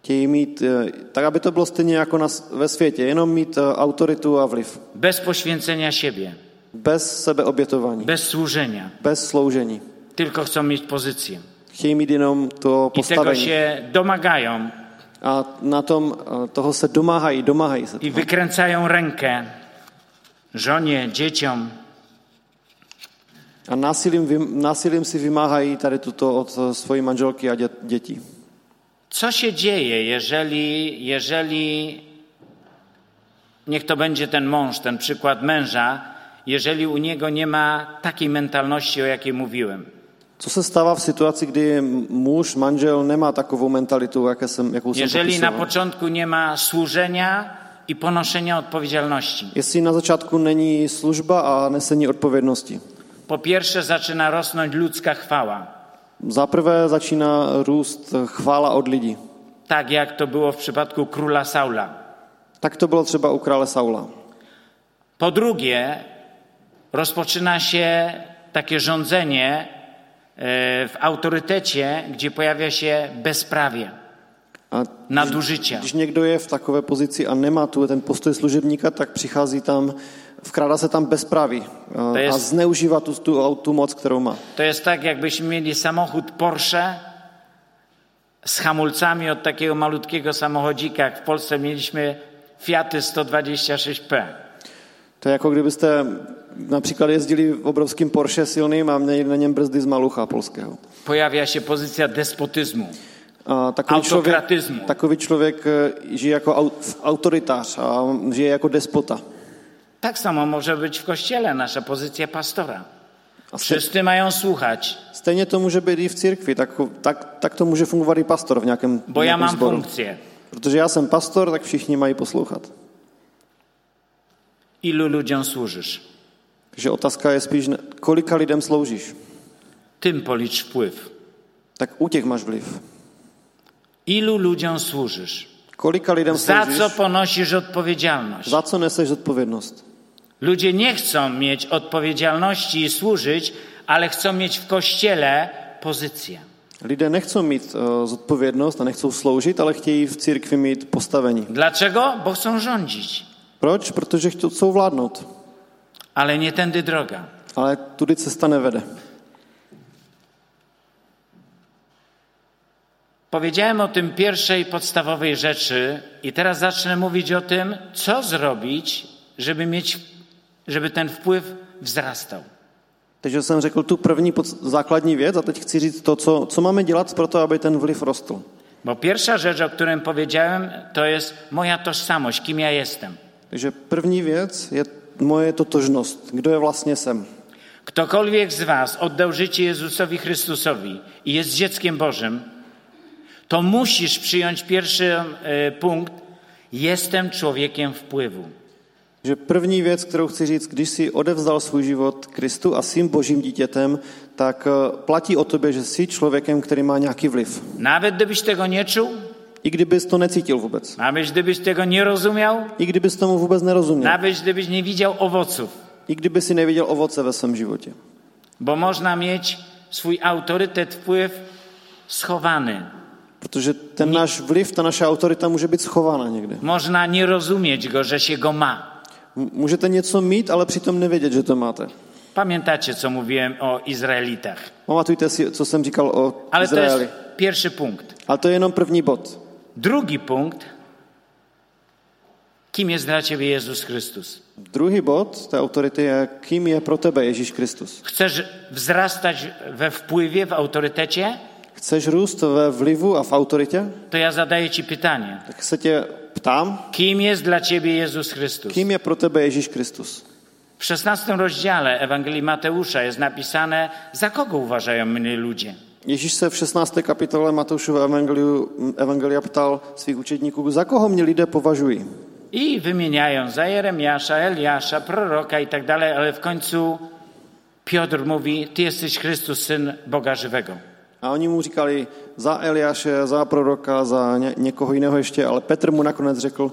B: Chtějí mít, eh, tak aby to bylo stejně jako na, s- ve světě, jenom mít eh, autoritu a vliv.
A: Bez poświęcenia siebie,
B: Bez sebeobětování,
A: bez służenia,
B: bez sloužení.
A: tylko chcą mieć pozycję.
B: Chtějí mít jenom to
A: I tego
B: postavení.
A: się domagają
B: A na tom eh, toho se domáhají, domáhají se.
A: i wykręcają rękę żonie, dzieciom.
B: A násilím, vym- násilím si vymáhají tady tuto od eh, svojí manželky a dě, dětí.
A: Co się dzieje, jeżeli, jeżeli niech to będzie ten mąż, ten przykład męża, jeżeli u niego nie ma takiej mentalności, o jakiej mówiłem?
B: Co se stává v situaci, kdy muž, manžel nemá takovou mentalitu, jaké jsem, jakou jsem
A: Jeżeli na
B: popisoval?
A: początku nie ma służenia i ponoszenia odpowiedzialności.
B: Jestli na začátku není služba a nesení odpovědnosti.
A: Po pierwsze zaczyna rosnąć ludzka chwała,
B: Za prvé začíná růst chvála od lidí.
A: tak jak to było w przypadku króla Saula.
B: Tak to bylo třeba u krále Saula.
A: Po drugie, rozpoczyna się takie rządzenie e, w autorytecie, gdzie pojawia się bezprawie,
B: A
A: nadużycia.
B: když někdo je v takové pozici a nemá tu ten postoj služebníka, tak přichází tam, vkrádá se tam bezpraví a,
A: To je-
B: a zneužívá tu, tu, tu moc, kterou má.
A: To jest tak, jakbyśmy mieli samochód Porsche z hamulcami od takiego malutkiego samochodzika, jak w Polsce mieliśmy Fiaty 126P.
B: To je jako kdybyste například jezdili v obrovském Porsche silným a měli na něm brzdy z malucha polského.
A: Pojawia się pozycja despotyzmu.
B: A takový člověk,
A: Autokratismu.
B: takový člověk eh, žije jako au- autoritář a žije jako despota.
A: Tak samo może być w kościele nasza pozycja pastora.
B: A ste-
A: Wszyscy mają słuchać,
B: stejně to může být i v církvi, tak, tak, tak to může fungovat i pastor v nějakém, v
A: bo ja
B: nějakém
A: mam
B: sboru.
A: funkcję.
B: Protože já jsem pastor, tak všichni mají poslouchat.
A: Ilu ludziom służysz?
B: Takže otázka je spíš, na- kolika lidem sloužíš,
A: Tym policz wpływ.
B: tak u těch máš vliv.
A: Ilu ludziom służysz?
B: Kolika lidem
A: Za
B: sloužíš,
A: co ponosisz odpowiedzialność?
B: za co neseš odpovědnost.
A: Ludzie nie chcą mieć odpowiedzialności i służyć, ale chcą mieć w kościele pozycję.
B: Lidé nechcou mít uh, zodpovědnost a nechcou sloužit, ale chtějí v církvi mít postavení.
A: Dlaczego? Bo chcą rządzić.
B: Proč? Protože chcou vládnout,
A: Ale nie tędy droga.
B: ale tudy cesta nevede.
A: Powiedziałem o tym pierwszej podstawowej rzeczy i teraz zacznę mówić o tym, co zrobić, żeby mieć, żeby ten wpływ wzrastał.
B: Takže jsem řekl tu první pod, základní věc a teď chci říct to, co, co máme dělat pro to, aby ten vliv rostl.
A: Bo pierwsza rzecz, o której powiedziałem, to jest moja tożsamość, kim ja jestem.
B: Takže první věc je moje totožnost. Kdo je vlastně jsem?
A: Ktokolwiek z Was oddał życie Jezusowi Chrystusowi i jest dzieckiem Bożym, to musisz przyjąć pierwszy e, punkt: jestem człowiekiem wpływu.
B: Že první věc, kterou chci říct, když jsi odevzdal svůj život Kristu a svým božím dítětem, tak eh, platí o tobě, že jsi člověkem, který má nějaký vliv.
A: Nawet gdybyś tego nie czuł,
B: I kdybys to necítil vůbec.
A: Nawet gdybyś tego nie rozumiał,
B: I kdybys tomu vůbec nerozuměl.
A: nawet gdybyś nie widział owoców,
B: I kdyby si neviděl ovoce ve svém životě.
A: bo można mieć swój autorytet, wpływ schowany.
B: Protože ten náš vliv, ta naše autorita může být schována někde.
A: Można nie rozumieć go, że się go ma.
B: M- Můžete něco mít, ale přitom nevědět, že to máte.
A: Pamiętacie, co mówiłem o Izraelitach.
B: Pamatujte si, co jsem říkal o
A: Ale to
B: Izraeli.
A: jest pierwszy punkt.
B: Ale to je jenom první bod.
A: Drugi punkt. Kim jest dla ciebie Jezus Chrystus?
B: Druhý bod té autority je, kým je pro tebe Ježíš Kristus.
A: Chcesz wzrastać we wpływie, w autorytecie?
B: Chceš růst ve vlivu a v autoritě?
A: To ja zadaję ci pytanie.
B: Tak se tě ptám,
A: Kim jest dla ciebie Jezus Chrystus?
B: kým je pro tebe Ježíš Kristus?
A: W 16 rozdziale Ewangelii Mateusza jest napisane, za kogo uważają mnie ludzie?
B: Ježíš se v 16. kapitole Matoušova evangeliu, evangelia ptal svých učedníků, za koho mě lidé považují.
A: I wymieniają za Jeremiasza, Eliasza, proroka i tak dalej, ale w końcu Piotr mówi, ty jesteś Chrystus, Syn Boga Żywego.
B: A oni mu říkali za Eliáše, za proroka, za ně, někoho jiného ještě, ale Petr mu nakonec řekl,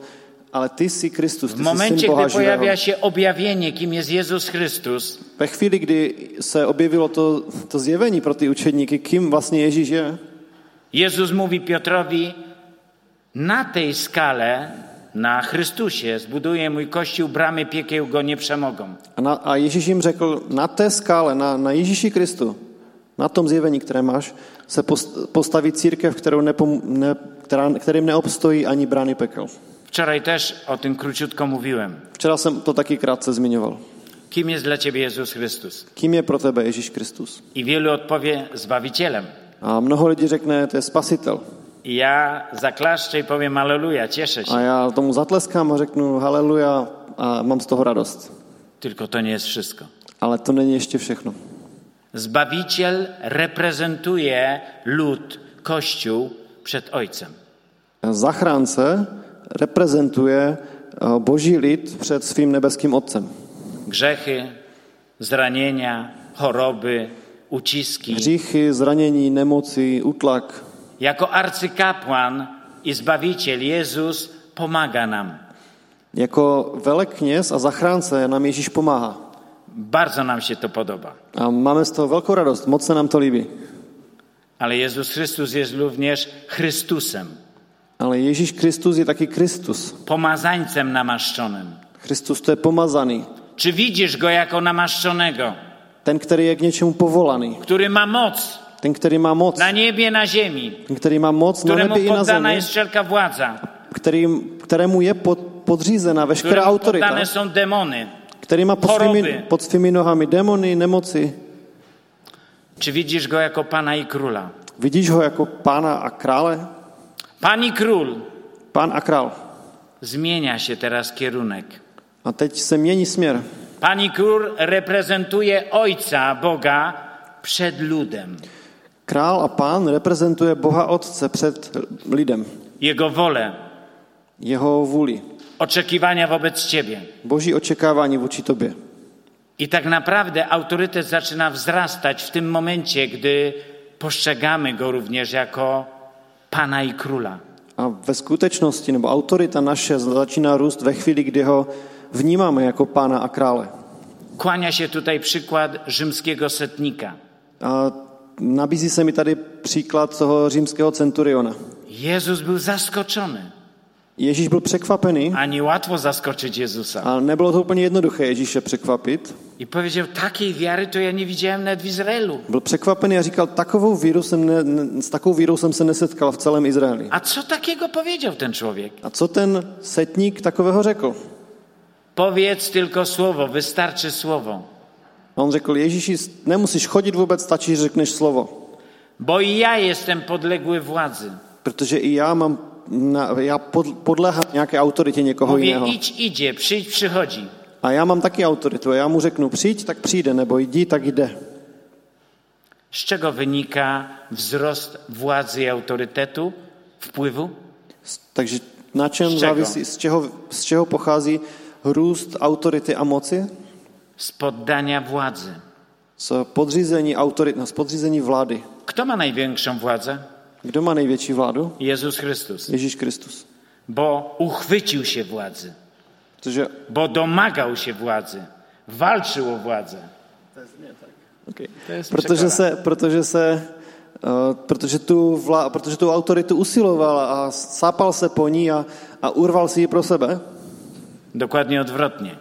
B: ale ty jsi
A: W
B: Kristus, ty jsi syn
A: momencie,
B: Boha
A: gdy pojawia
B: živého.
A: się objawienie, kim jest Jezus Chrystus,
B: Ve chvíli, kdy se objevilo to, to zjevení pro ty učedníky, kým vlastně Ježíš je,
A: Jezus mówi Piotrowi, na tej skale, na Chrystusie zbuduję mój kościół, bramy piekieł go nie przemogą.
B: a, na, a Ježíš jim řekl, na té skále, na, na Ježíši Kristu, na tom zjevení, které máš, se pos- postaví církev, kterou nepom, ne, která, kterým neobstojí ani brány pekel.
A: Wczoraj też o tym króciutko mówiłem.
B: Včera jsem to taky krátce zmiňoval.
A: Kim jest dla ciebie Jezus Chrystus?
B: Kým je pro tebe Ježíš Kristus?
A: I wielu odpowie Zbawicielem.
B: A mnoho lidí řekne, to je spasitel.
A: I ja zaklaszczę i powiem Aleluja, cieszę się.
B: A já tomu zatleskám a řeknu haleluja a mám z toho radost.
A: Tylko to nie jest wszystko.
B: Ale to není ještě všechno.
A: Zbawiciel reprezentuje lud, Kościół przed Ojcem.
B: Zachránce reprezentuje eh, boží lid před svým nebeským otcem.
A: Grzechy, zranienia, choroby, uciski.
B: Hříchy, zranění, nemoci, utlak.
A: Jako arcykapłan i Zbawiciel Jezus pomaga nam.
B: Jako velekněz a zachránce nám Ježíš pomáhá.
A: Bardzo nam się to podoba.
B: A máme z toho velkou radost, moc se nám to líbí.
A: Ale Jezus Chrystus jest również Chrystusem,
B: Ale Ježíš Kristus je taky Kristus.
A: pomazańcem namaszczonym.
B: Kristus to je pomazaný.
A: Czy widzisz go jako namaszczonego,
B: Ten, který je k něčemu povolaný.
A: który ma moc
B: Ten, který má moc.
A: na niebie, na ziemi,
B: Ten, který má moc na
A: któremu
B: nebi i na
A: poddana
B: zemi.
A: jest wszelka władza,
B: kterým, kterému je pod, podřízena veškerá
A: któremu
B: autorita,
A: poddane są demony?
B: který má pod svými,
A: choroby.
B: pod svými nohami demony, nemoci.
A: Czy widzisz go jako Pana i Króla?
B: Vidíš ho jako pána a krále?
A: Pan i Król
B: Pán a král.
A: zmienia się teraz kierunek.
B: A teď se mění směr.
A: Pan i Król reprezentuje Ojca Boga przed ludem,
B: Král a pán reprezentuje Boha Otce před lidem,
A: Jego wolę,
B: jeho vůli,
A: oczekiwania wobec Ciebie.
B: boží očekávání vůči tobě.
A: I tak naprawdę autorytet zaczyna wzrastać w tym momencie, gdy postrzegamy go również jako Pana i Króla.
B: A ve skutečnosti, nebo autorita naše začíná růst ve chvíli, kdy ho vnímáme jako pána a krále.
A: Kłania się tutaj przykład rzymskiego setnika.
B: A nabízí se mi tady příklad toho římského centuriona.
A: Jezus był zaskoczony,
B: Ježíš byl překvapený,
A: a niełatwo zaskoczyć Jezusa.
B: A nebylo to úplně jednoduché Ježíše překvapit.
A: I powiedział, takiej wiary to ja nie widziałem nawet w Izraelu.
B: Byl překvapený a říkal, takovou víru jsem ne, ne, s takovou vírou jsem se nesetkal v celém Izraeli.
A: A co takiego powiedział ten człowiek?
B: A co ten setník takového řekl?
A: Powiedz tylko słowo, wystarczy słowo.
B: A on řekl, Ježíši, nemusíš chodit vůbec, stačí, že řekneš slovo.
A: Bo i ja jestem podległy władzy.
B: Protože i já mám, na, já pod, podléhám nějaké autoritě někoho
A: Mówię,
B: jiného.
A: idź, idzie, przyjdź, przychodzi.
B: A já mám taky autoritu. A já mu řeknu, přijď, tak přijde, nebo jdi, tak jde.
A: Z czego wynika wzrost władzy i autorytetu, wpływu?
B: S- Takže na čem
A: Z čeho?
B: závisí, z čeho, z čeho pochází růst autority a moci?
A: Z poddania władzy.
B: Z podřízení autorit, no, z podřízení vlády.
A: Kto ma największą władzę?
B: Kdo má největší vládu?
A: Jezus Chrystus.
B: Ježíš Kristus.
A: Bo uchwycił się władzy,
B: Protože,
A: bo domagał się władzy, walczył o władzę.
B: okay.
A: To jest
B: protože
A: przekonane.
B: se, protože se, eh, protože tu, vla, protože tu autoritu usiloval a sápal se po ní a, a urval si ji pro sebe.
A: Dokładnie odwrotnie.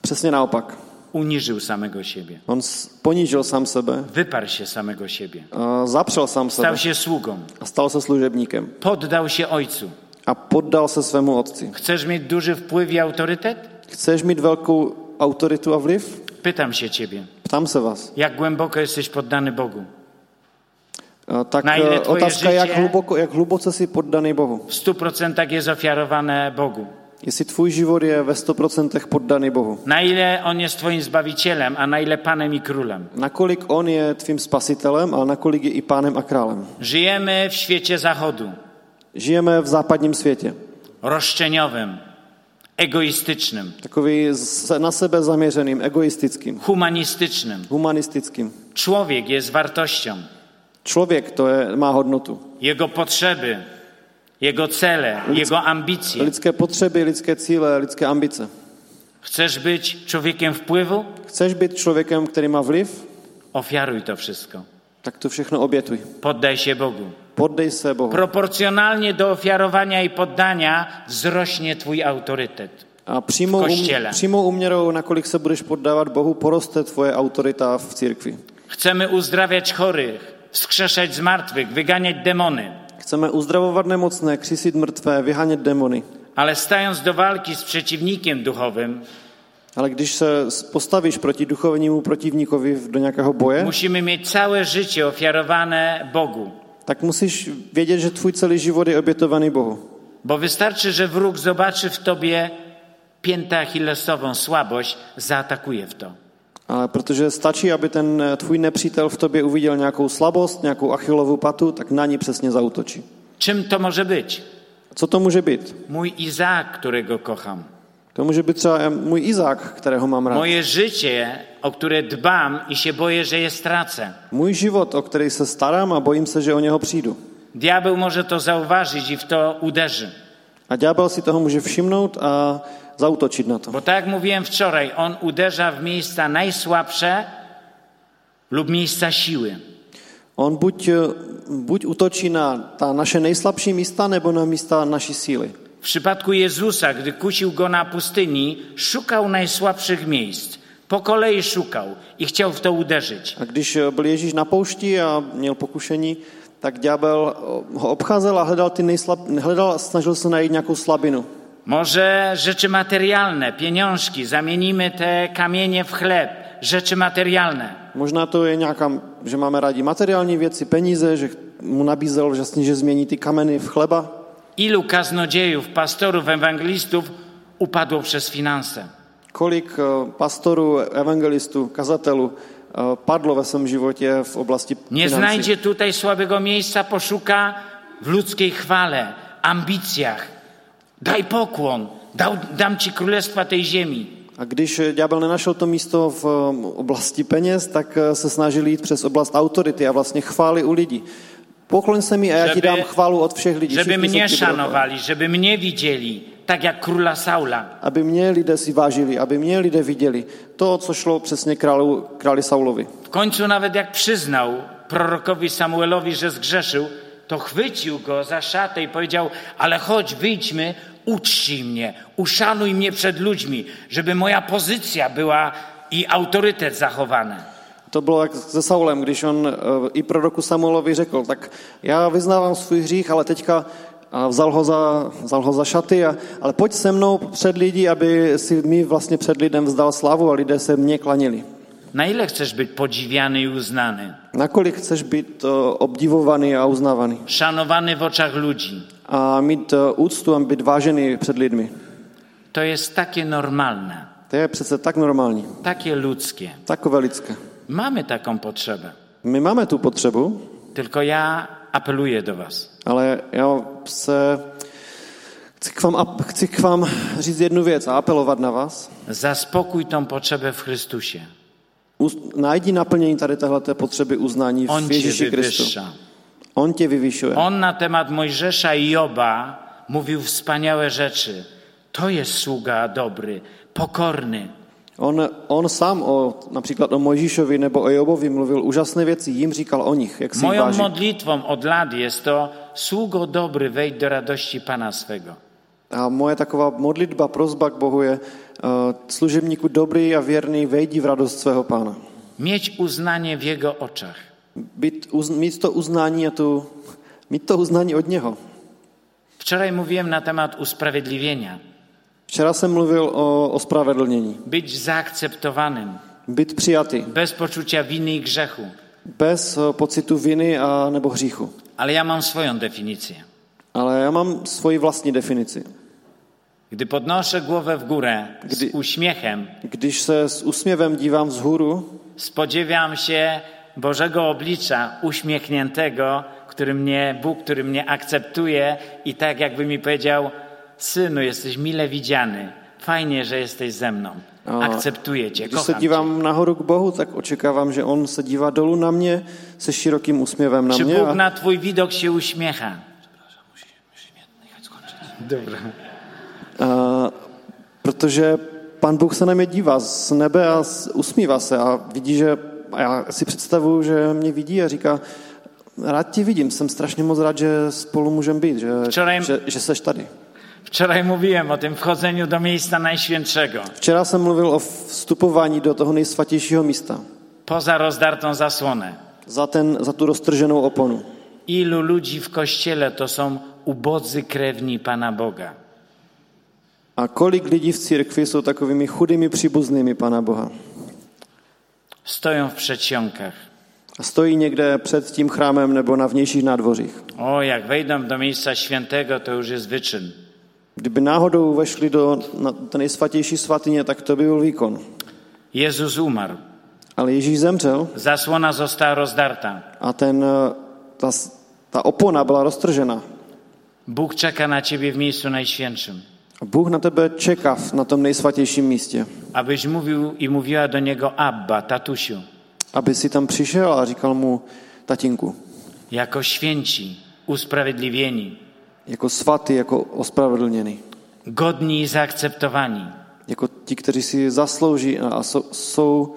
B: Přesně naopak.
A: Uniżył samego siebie,
B: On s- ponížil sám sebe,
A: wyparł się samego siebie,
B: eh, zapřel sám sebe
A: stał się sługą,
B: a stal se služebníkem
A: poddał się ojcu.
B: a poddal se svému otci.
A: Chcesz mieć duży wpływ i autorytet?
B: Chceš mít velkou autoritu a vliv?
A: Pytam się ciebie,
B: Ptám se vás.
A: jak głęboko jesteś poddany Bogu?
B: Eh, Tak
A: Na jiné
B: eh,
A: tvoje
B: otázka, jak,
A: žitě-
B: hluboko, jak hluboce jsi poddaný Bohu.
A: W stu procentach jest ofiarowane Bogu.
B: Jestli tvůj život je ve 100% poddaný Bohu.
A: Na ile On jest Twoim Zbawicielem, a na ile Panem i Królem.
B: Nakolik on je tvým spasitelem, ale nakolik je i pánem a králem.
A: Żyjemy w świecie zachodu,
B: Žijeme v západním světě.
A: roszczeniowym, egoistycznym,
B: Takový s- na sebe zaměřeným, egoistickým,
A: humanistycznym.
B: humanistickým.
A: Człowiek jest wartością.
B: Člověk to je, má hodnotu.
A: Jego potrzeby, jego cele, jego ambicje.
B: Lidské potřeby, lidské cíle, lidské ambice.
A: Chcesz być człowiekiem wpływu?
B: Chceš být člověkem, který má vliv?
A: Ofiaruj to wszystko.
B: Tak to všechno obětuj.
A: Poddaj się Bogu.
B: Poddej se Bohu.
A: Proporcjonalnie do ofiarowania i poddania wzrośnie Twój autorytet.
B: A přímou,
A: v
B: um,
A: koštěle.
B: přímou uměrou, nakolik se budeš poddávat Bohu, poroste tvoje autorita v církvi.
A: Chcemy uzdrawiać chorych, wskrzeszać zmartwych, wyganiać demony.
B: Chceme uzdravovat nemocné, křísit mrtvé, vyhánět demony.
A: Ale stając do walki z przeciwnikiem duchowym,
B: Ale když se postavíš proti duchovnímu protivníkovi do nějakého boje,
A: musimy mieć całe życie ofiarowane Bogu.
B: tak musíš vědět, že tvůj celý život je obětovaný Bohu.
A: Bo wystarczy, że wróg zobaczy w tobie piętę achillesową, słabość, zaatakuje w to.
B: A protože stačí, aby ten eh, tvůj nepřítel v tobě uviděl nějakou slabost, nějakou achilovou patu, tak na ní přesně zautočí.
A: Czym to może być?
B: Co to může být?
A: Mój Izaak, którego kocham.
B: To může být třeba eh, můj Izák, kterého mám rád.
A: Moje życie, o które dbam i się boję, że je stracę.
B: Můj život, o který se starám a bojím se, že o něho přijdu.
A: Diabeł może to zauważyć i w to uderzy.
B: A ďábel si toho může všimnout a zautočit na to.
A: Bo tak jak mówiłem wczoraj, on uderza w miejsca najsłabsze lub miejsca siły.
B: On buď, eh, buď utočí na ta naše nejslabší místa, nebo na místa naší síly.
A: W przypadku Jezusa, gdy kusił go na pustyni, szukał najsłabszych miejsc. Po kolei szukał i chciał w to uderzyć.
B: A když eh, byl Ježíš na poušti a měl pokušení, tak ďábel eh, ho obcházel a hledal, ty nejslab... hledal a snažil se najít nějakou slabinu.
A: Może rzeczy materialne, pieniążki, zamienimy te kamienie w chleb, rzeczy materialne.
B: Možná to je nějaká, že máme rádi materiální věci, peníze, že mu nabízel, že, sní- že změní ty kameny v chleba.
A: Ilu kaznodziejów, pastorów, ewangelistów upadło przez finanse?
B: Kolik eh, pastorů, evangelistů, kazatelů eh, padlo ve svém životě v oblasti
A: Nie
B: financí.
A: znajdzie tutaj słabego miejsca, poszuka w ludzkiej chwale, ambicjach. Daj pokłon, dał, dam ci królestwa tej ziemi.
B: A když eh, ďábel nenašel to místo v um, oblasti peněz, tak eh, se snažil jít přes oblast autority a vlastně chvály u lidí. Pokloň se mi a já ti
A: Żeby-
B: dám chválu od všech lidí.
A: Żeby
B: všichni jsou
A: mnie
B: ti budou-
A: szanowali, żeby mnie widzieli, tak jak króla Saula.
B: Aby mě lidé si vážili, aby mě lidé viděli. To, co šlo přesně králu, králi Saulovi.
A: W końcu nawet jak przyznał prorokowi Samuelowi, że zgrzeszył, to chwycił go za szatę i powiedział, ale chodź, wyjdźmy, uczcij mnie, uszanuj mnie przed ludźmi, żeby moja pozycja była i autorytet zachowany.
B: To bylo jak se Saulem, když on eh, i proroku Samuelovi řekl, tak já vyznávám svůj hřích, ale teďka a vzal ho, za, vzal ho za šaty, a, ale pojď se mnou před lidi, aby si mi vlastně před lidem vzdal slavu a lidé se mně klanili.
A: Na ile chcesz być podziwiany i uznany,
B: Nakolik chceš být eh, obdivovaný a uznávaný
A: szanowany w oczach ludzi?
B: a mít eh, úctu a být vážený před lidmi.
A: To jest takie normalne,
B: To je přece tak normální,
A: takie ludzkie.
B: takové lidské.
A: Mamy taką potrzebę.
B: My máme tu potřebu,
A: Tylko ja apeluję do Was.
B: ale já se chci k vám, ap- chci k vám říct jednu věc a apelovat na vás.
A: Zaspokój tą potrzebę w Chrystusie.
B: Us- Najdi naplnění tady téhleté potřeby uznání
A: On
B: v
A: Cię
B: Ježíši Kristu.
A: wywyższa.
B: On tě vyvyšuje.
A: On na temat Mojżesza i Joba mówił wspaniałe rzeczy. To jest sługa dobry, pokorny.
B: On, on sám o, například o Mojžíšovi nebo o Jobovi mluvil úžasné věci, jim říkal o nich, jak si jich
A: Moją
B: váží.
A: modlitwą od lat jest to, sługo dobry, wejdź do radości Pana swego.
B: A moje taková modlitba, prozba k Bohu je, eh, služebníku dobrý a věrný, vejdi v radost svého pána.
A: Mieć uznanie w Jego oczach.
B: Být, uz, mít to uznání a tu, mít to uznání od něho.
A: Wczoraj mówiłem na temat usprawiedliwienia.
B: Včera jsem mluvil o, o spravedlnění.
A: Być zaakceptowanym,
B: Být přijatý,
A: bez poczucia winy i grzechu.
B: bez eh, pocitu viny a nebo hříchu.
A: Ale ja mam swoją definicję.
B: Ale já mám svoji vlastní definici.
A: Gdy podnoszę głowę w górę z
B: Gdy-
A: uśmiechem,
B: Když se s úsměvem dívám vzhůru,
A: spodziewam się Bożego oblicza uśmiechniętego, który mnie, Bóg, który mnie akceptuje i tak jakby mi powiedział, synu, jesteś mile widziany, fajnie, że jesteś ze mną,
B: O,
A: akceptuję cię,
B: když se
A: kocham cię.
B: dívám nahoru k Bohu, tak očekávám, že On se dívá dolů na mě se širokým úsměvem na
A: Czy
B: mě.
A: Bóg
B: A
A: na twój widok się uśmiecha?
B: Eh, Protože pan Bůh se na mě dívá z nebe a s- usmívá se a vidí, že a já si představuju, že mě vidí a říká, rád tě vidím, jsem strašně moc rád, že spolu můžeme být, že,
A: Včeraj-
B: že, že seš tady.
A: Wczoraj mówiłem o tym wchodzeniu do miejsca najświętszego,
B: Včera jsem mluvil o vstupování do toho nejsvatějšího místa,
A: poza rozdartą zasłonę.
B: za, ten, za tu roztrženou oponu.
A: Ilu ludzi w kościele to są ubodzy krewni Pana Boga?
B: A kolik lidí v církvi jsou takovými chudými příbuznými Pana Boha.
A: Stoją w przedsionkach.
B: A stojí někde před tím chrámem nebo na vnějších nádvořích.
A: O, jak wejdą do miejsca świętego, to już jest wyczyn.
B: Kdyby náhodou vešli do na ten nejsvatější svatyně, tak to by byl výkon.
A: Jezus umarł.
B: Ale Ježíš zemřel
A: Zasłona została rozdarta.
B: a ten, eh, ta, s- ta opona byla roztržena.
A: Bóg czeka na ciebie w miejscu najświętszym,
B: A Bůh na tebe čeká v- na tom nejsvatějším místě,
A: abyś mówił i mówiła do niego Abba, tatusiu,
B: aby si tam přišel a říkal mu, tatínku,
A: jako święci, usprawiedliwieni,
B: jako svatý, jako ospravedlněný,
A: godni i zaakceptowani.
B: jako ti, kteří si zaslouží a a jsou, jsou,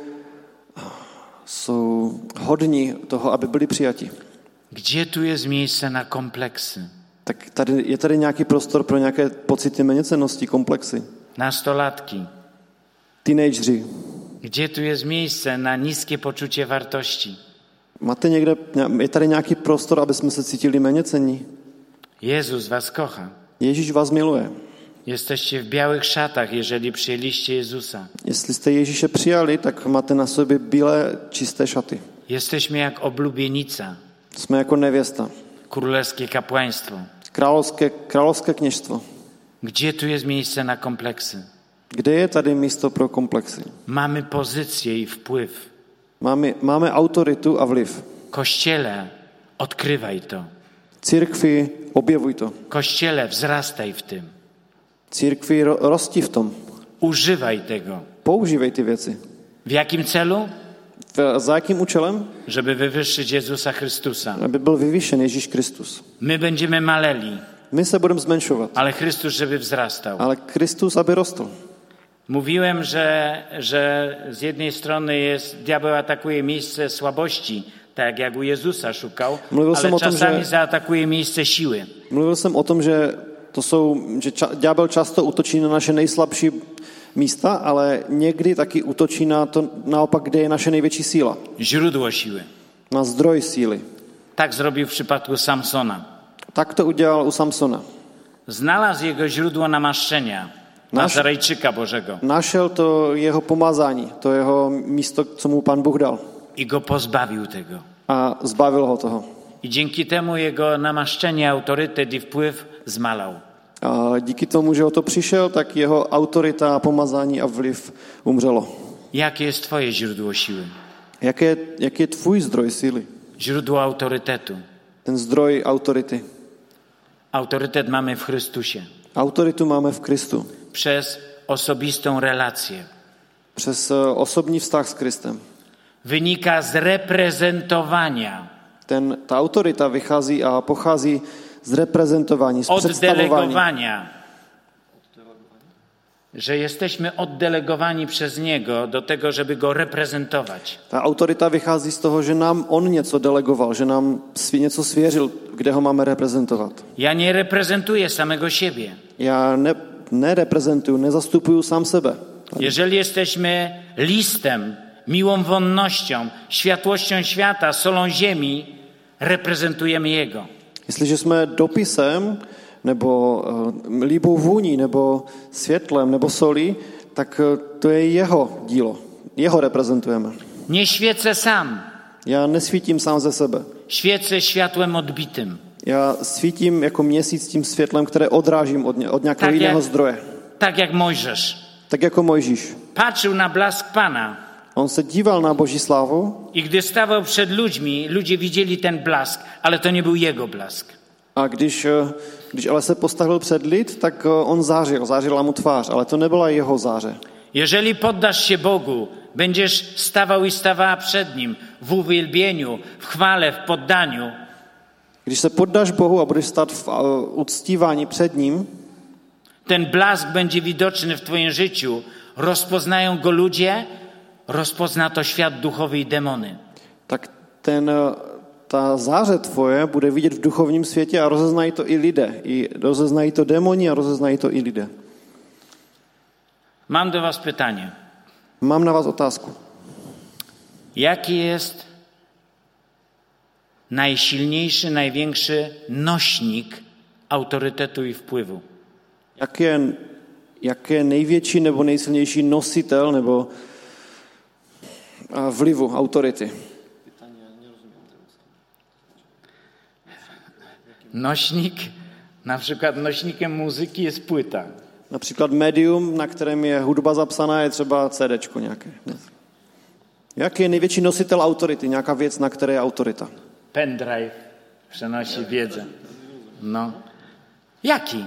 B: jsou hodní toho, aby byli přijati.
A: Gdzie tu jest miejsce na kompleksy?
B: Tak tady, je tady nějaký prostor pro nějaké pocity méněcenosti, komplexy.
A: Nastolatki.
B: Teenageři,
A: Gdzie tu jest miejsce na niskie poczucie wartości?
B: máte někde, ně- je tady nějaký prostor, aby jsme se cítili méněcení?
A: Jezus was kocha.
B: Ježíš vás miluje.
A: Jesteście w białych szatach, jeżeli przyjęliście Jezusa.
B: Jestli jste Ježíše přijali, tak máte na sobě bílé čisté šaty.
A: Jesteśmy jak oblubienica,
B: Jsme jako nevěsta.
A: królewskie kapłaństwo.
B: Královské, královské kněžstvo.
A: Gdzie tu jest miejsce na kompleksy?
B: Kde je tady místo pro komplexy?
A: Mamy pozycję i wpływ.
B: Máme, máme autoritu a vliv.
A: Kościele, odkrywaj to.
B: Církvi, objevuj to.
A: Kościele, wzrastaj w tym.
B: Církvi, ro- rosti v tom.
A: Używaj tego.
B: Používej ty věci.
A: W jakim celu?
B: V- Za jakým účelem?
A: Żeby wywyższyć Jezusa Chrystusa.
B: Aby byl vyvýšen Ježíš Kristus.
A: My będziemy maleli,
B: My se budeme zmenšovat,
A: ale Chrystus, żeby wzrastał.
B: ale Kristus, aby rostl.
A: Mówiłem, że, że z jednej strony jest, diabeł atakuje miejsce słabości, tak jak u Jezusa szukał,
B: Mluvil jsem
A: ale
B: o tom,
A: czasami
B: že-
A: zaatakuje miejsce siły.
B: Mluvil jsem o tom, že to jsou, že ča, ďábel často útočí na naše nejslabší místa, ale někdy taky útočí na to naopak, kde je naše největší síla,
A: Źródło siły.
B: na zdroj síly.
A: Tak zrobił w przypadku Samsona.
B: Tak to udělal u Samsona.
A: Znalazł jego źródło namaszczenia,
B: Nasz-
A: Nazarejczyka Bożego,
B: Našel to jeho pomazání, to jeho místo, co mu pan Bůh dal
A: i go pozbawił tego.
B: a zbavil ho toho.
A: I dzięki temu jego namaszczenie, autorytet i wpływ zmalał.
B: A díky tomu, že o to přišel, tak jeho autorita, pomazání a vliv umřelo.
A: Jakie jest Twoje źródło siły?
B: Jak je, jak je tvůj zdroj síly?
A: Źródło autorytetu.
B: Ten zdroj autority.
A: Autorytet mamy w Chrystusie.
B: Autoritu máme v Kristu.
A: przez osobistą relację.
B: Přes eh, osobní vztah s Kristem.
A: Wynika z reprezentowania
B: Ten, ta autorita vychází a pochází z reprezentování, z
A: od
B: představování.
A: delegowania. Że jesteśmy oddelegowani przez Niego do tego, żeby Go reprezentować.
B: Ta autorita vychází z toho, že nám on něco delegoval, že nám svě- něco svěřil, kde ho máme reprezentovat.
A: Ja nie reprezentuję samego siebie.
B: Já ne, nereprezentuju, nezastupuju sám sebe.
A: Jeżeli jesteśmy listem, miłą wonnością, światłością świata, solą ziemi, reprezentujemy Jego.
B: Jestliže jsme dopisem, nebo eh, líbou vůní, nebo světlem, nebo solí, tak eh, to je jeho dílo. Jeho reprezentujeme.
A: Nie świecę sam,
B: Já nesvítím sám ze sebe.
A: świecę światłem odbitym.
B: Já svítím jako měsíc tím světlem, které odrážím od, ně, od nějakého
A: Tak je.
B: jiného zdroje.
A: Tak jak Mojżesz
B: Tak jako Mojžíš.
A: patrzył na blask Pana
B: On se díval na boží slávu
A: i gdy stawał przed ludźmi, ludzie widzieli ten blask, ale to nie był jego blask.
B: a když, eh, když ale se postavil před lid, tak eh, on zářil, zářila mu tvář, ale to nebyla jeho záře.
A: Jeżeli poddasz się Bogu, będziesz stawał i stawała przed Nim w uwielbieniu, w chwale, w poddaniu,
B: Když se poddáš Bohu a budeš stát v eh, uctívání před ním,
A: Ten blask będzie widoczny w Twoim życiu. Rozpoznają go ludzie, rozpozna to świat duchowy i demony.
B: tak ten, eh, ta záře tvoje bude vidět v duchovním světě a rozeznají to i lidé. I rozeznají to démoni a rozeznají to i lidé.
A: Mam do Was pytanie.
B: Mám na vás otázku.
A: Jaki jest najsilniejszy, największy nośnik autorytetu i wpływu?
B: Jak je, jak je největší nebo nejsilnější nositel nebo a, vlivu, autority?
A: Nośnik, na przykład nośnikiem muzyki jest płyta.
B: Například médium, na kterém je hudba zapsaná, je třeba CD nějaké. Ne. Jak je největší nositel autority? Nějaká věc, na které je autorita?
A: Pendrive przenosi wiedzę. No. Jaki?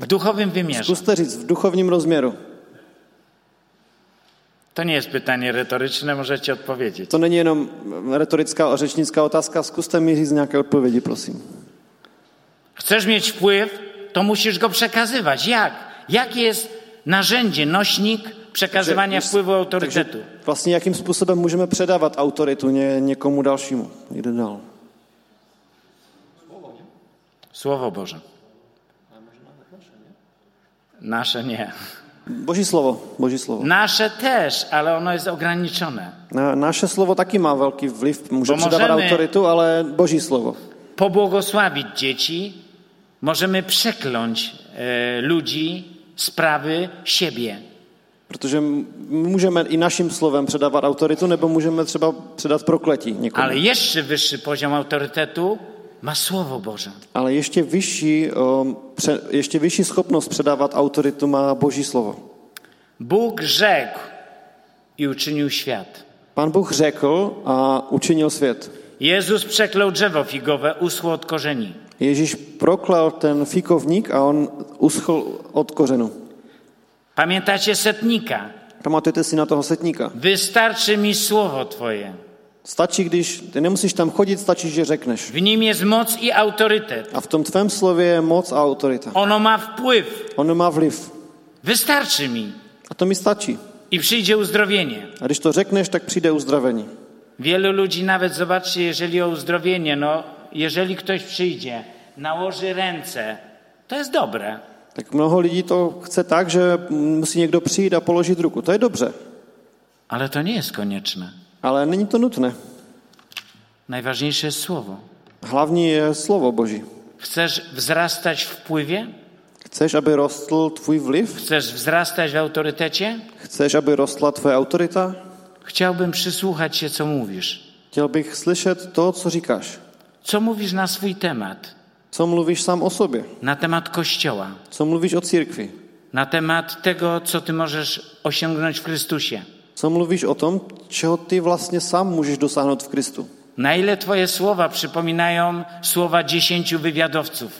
A: W duchowym wymiarze.
B: Zkuste říct, v duchovním rozměru.
A: To nie jest pytanie retoryczne, możecie odpowiedzieć.
B: To není jenom eh, retorická a řečnická otázka, zkuste mi říct nějaké odpovědi, prosím.
A: Chcesz mieć wpływ, to musisz go przekazywać. Jak? Jakie jest narzędzie, nośnik przekazywania wpływu
B: tak,
A: autorytetu?
B: Vlastně jakým způsobem můžeme předávat autoritu ně, někomu dalšímu? Jde dál.
A: Słowo Boże. Nasze nie.
B: Boží slovo, boží slovo.
A: Nasze też, ale ono jest ograniczone.
B: Na- Naše slovo taky má velký vliv, může
A: Bo
B: předávat
A: możemy-
B: autoritu, ale boží slovo.
A: Pobłogosławić dzieci, możemy przekląć e, ludzi, sprawy, siebie.
B: Protože m- můžeme i naším slovem předávat autoritu, nebo můžeme třeba předat prokletí někomu. Ale,
A: Ale jeszcze wyższy poziom autorytetu ma Słowo Boże.
B: ale ještě, vyšší, um, pře, ještě vyšší schopnost předávat autoritu má boží slovo.
A: Bóg rzekł i uczynił świat.
B: Pán Bůh řekl a učinil svět.
A: Jezus przeklął drzewo figowe, uschło od korzeni.
B: Ježíš proklel ten fíkovník a on uschl od kořenu.
A: Pamiętacie setnika?
B: Pamatujte si na toho setníka.
A: Wystarczy mi słowo Twoje.
B: Stačí, když ty nemusíš tam chodit, stačí, že řekneš.
A: W nim jest moc i autorytet.
B: A v tom tvém slově je moc a autorita.
A: Ono ma wpływ.
B: Ono má vliv.
A: Wystarczy mi
B: A to mi stačí.
A: i przyjdzie uzdrowienie.
B: A když to řekneš, tak přijde uzdravení.
A: Wielu ludzi nawet, zobaczcie, jeżeli o uzdrowienie, no, jeżeli ktoś przyjdzie, nałoży ręce, to jest dobre.
B: Tak mnoho lidí to chce tak, že musí někdo přijít a položit ruku. To je dobře,
A: Ale to nie jest konieczne.
B: ale není to nutné.
A: Najważniejsze jest słowo.
B: Hlavní je slovo Boží.
A: Chcesz wzrastać w wpływie?
B: Chceš, aby rostl tvůj vliv?
A: Chcesz wzrastać w autorytecie?
B: Chceš, aby rostla tvoje autorita?
A: Chciałbym przysłuchać się, co mówisz.
B: Chtěl bych slyšet to, co říkáš.
A: Co mówisz na swój temat?
B: Co mluvíš sám o sobě?
A: Na temat Kościoła,
B: Co mluvíš o církvi?
A: na temat tego, co ty możesz osiągnąć w Chrystusie.
B: Co mluvíš o tom, čeho ty vlastně sám můžeš dosáhnout v Kristu?
A: Na ile twoje słowa przypominają słowa dziesięciu wywiadowców?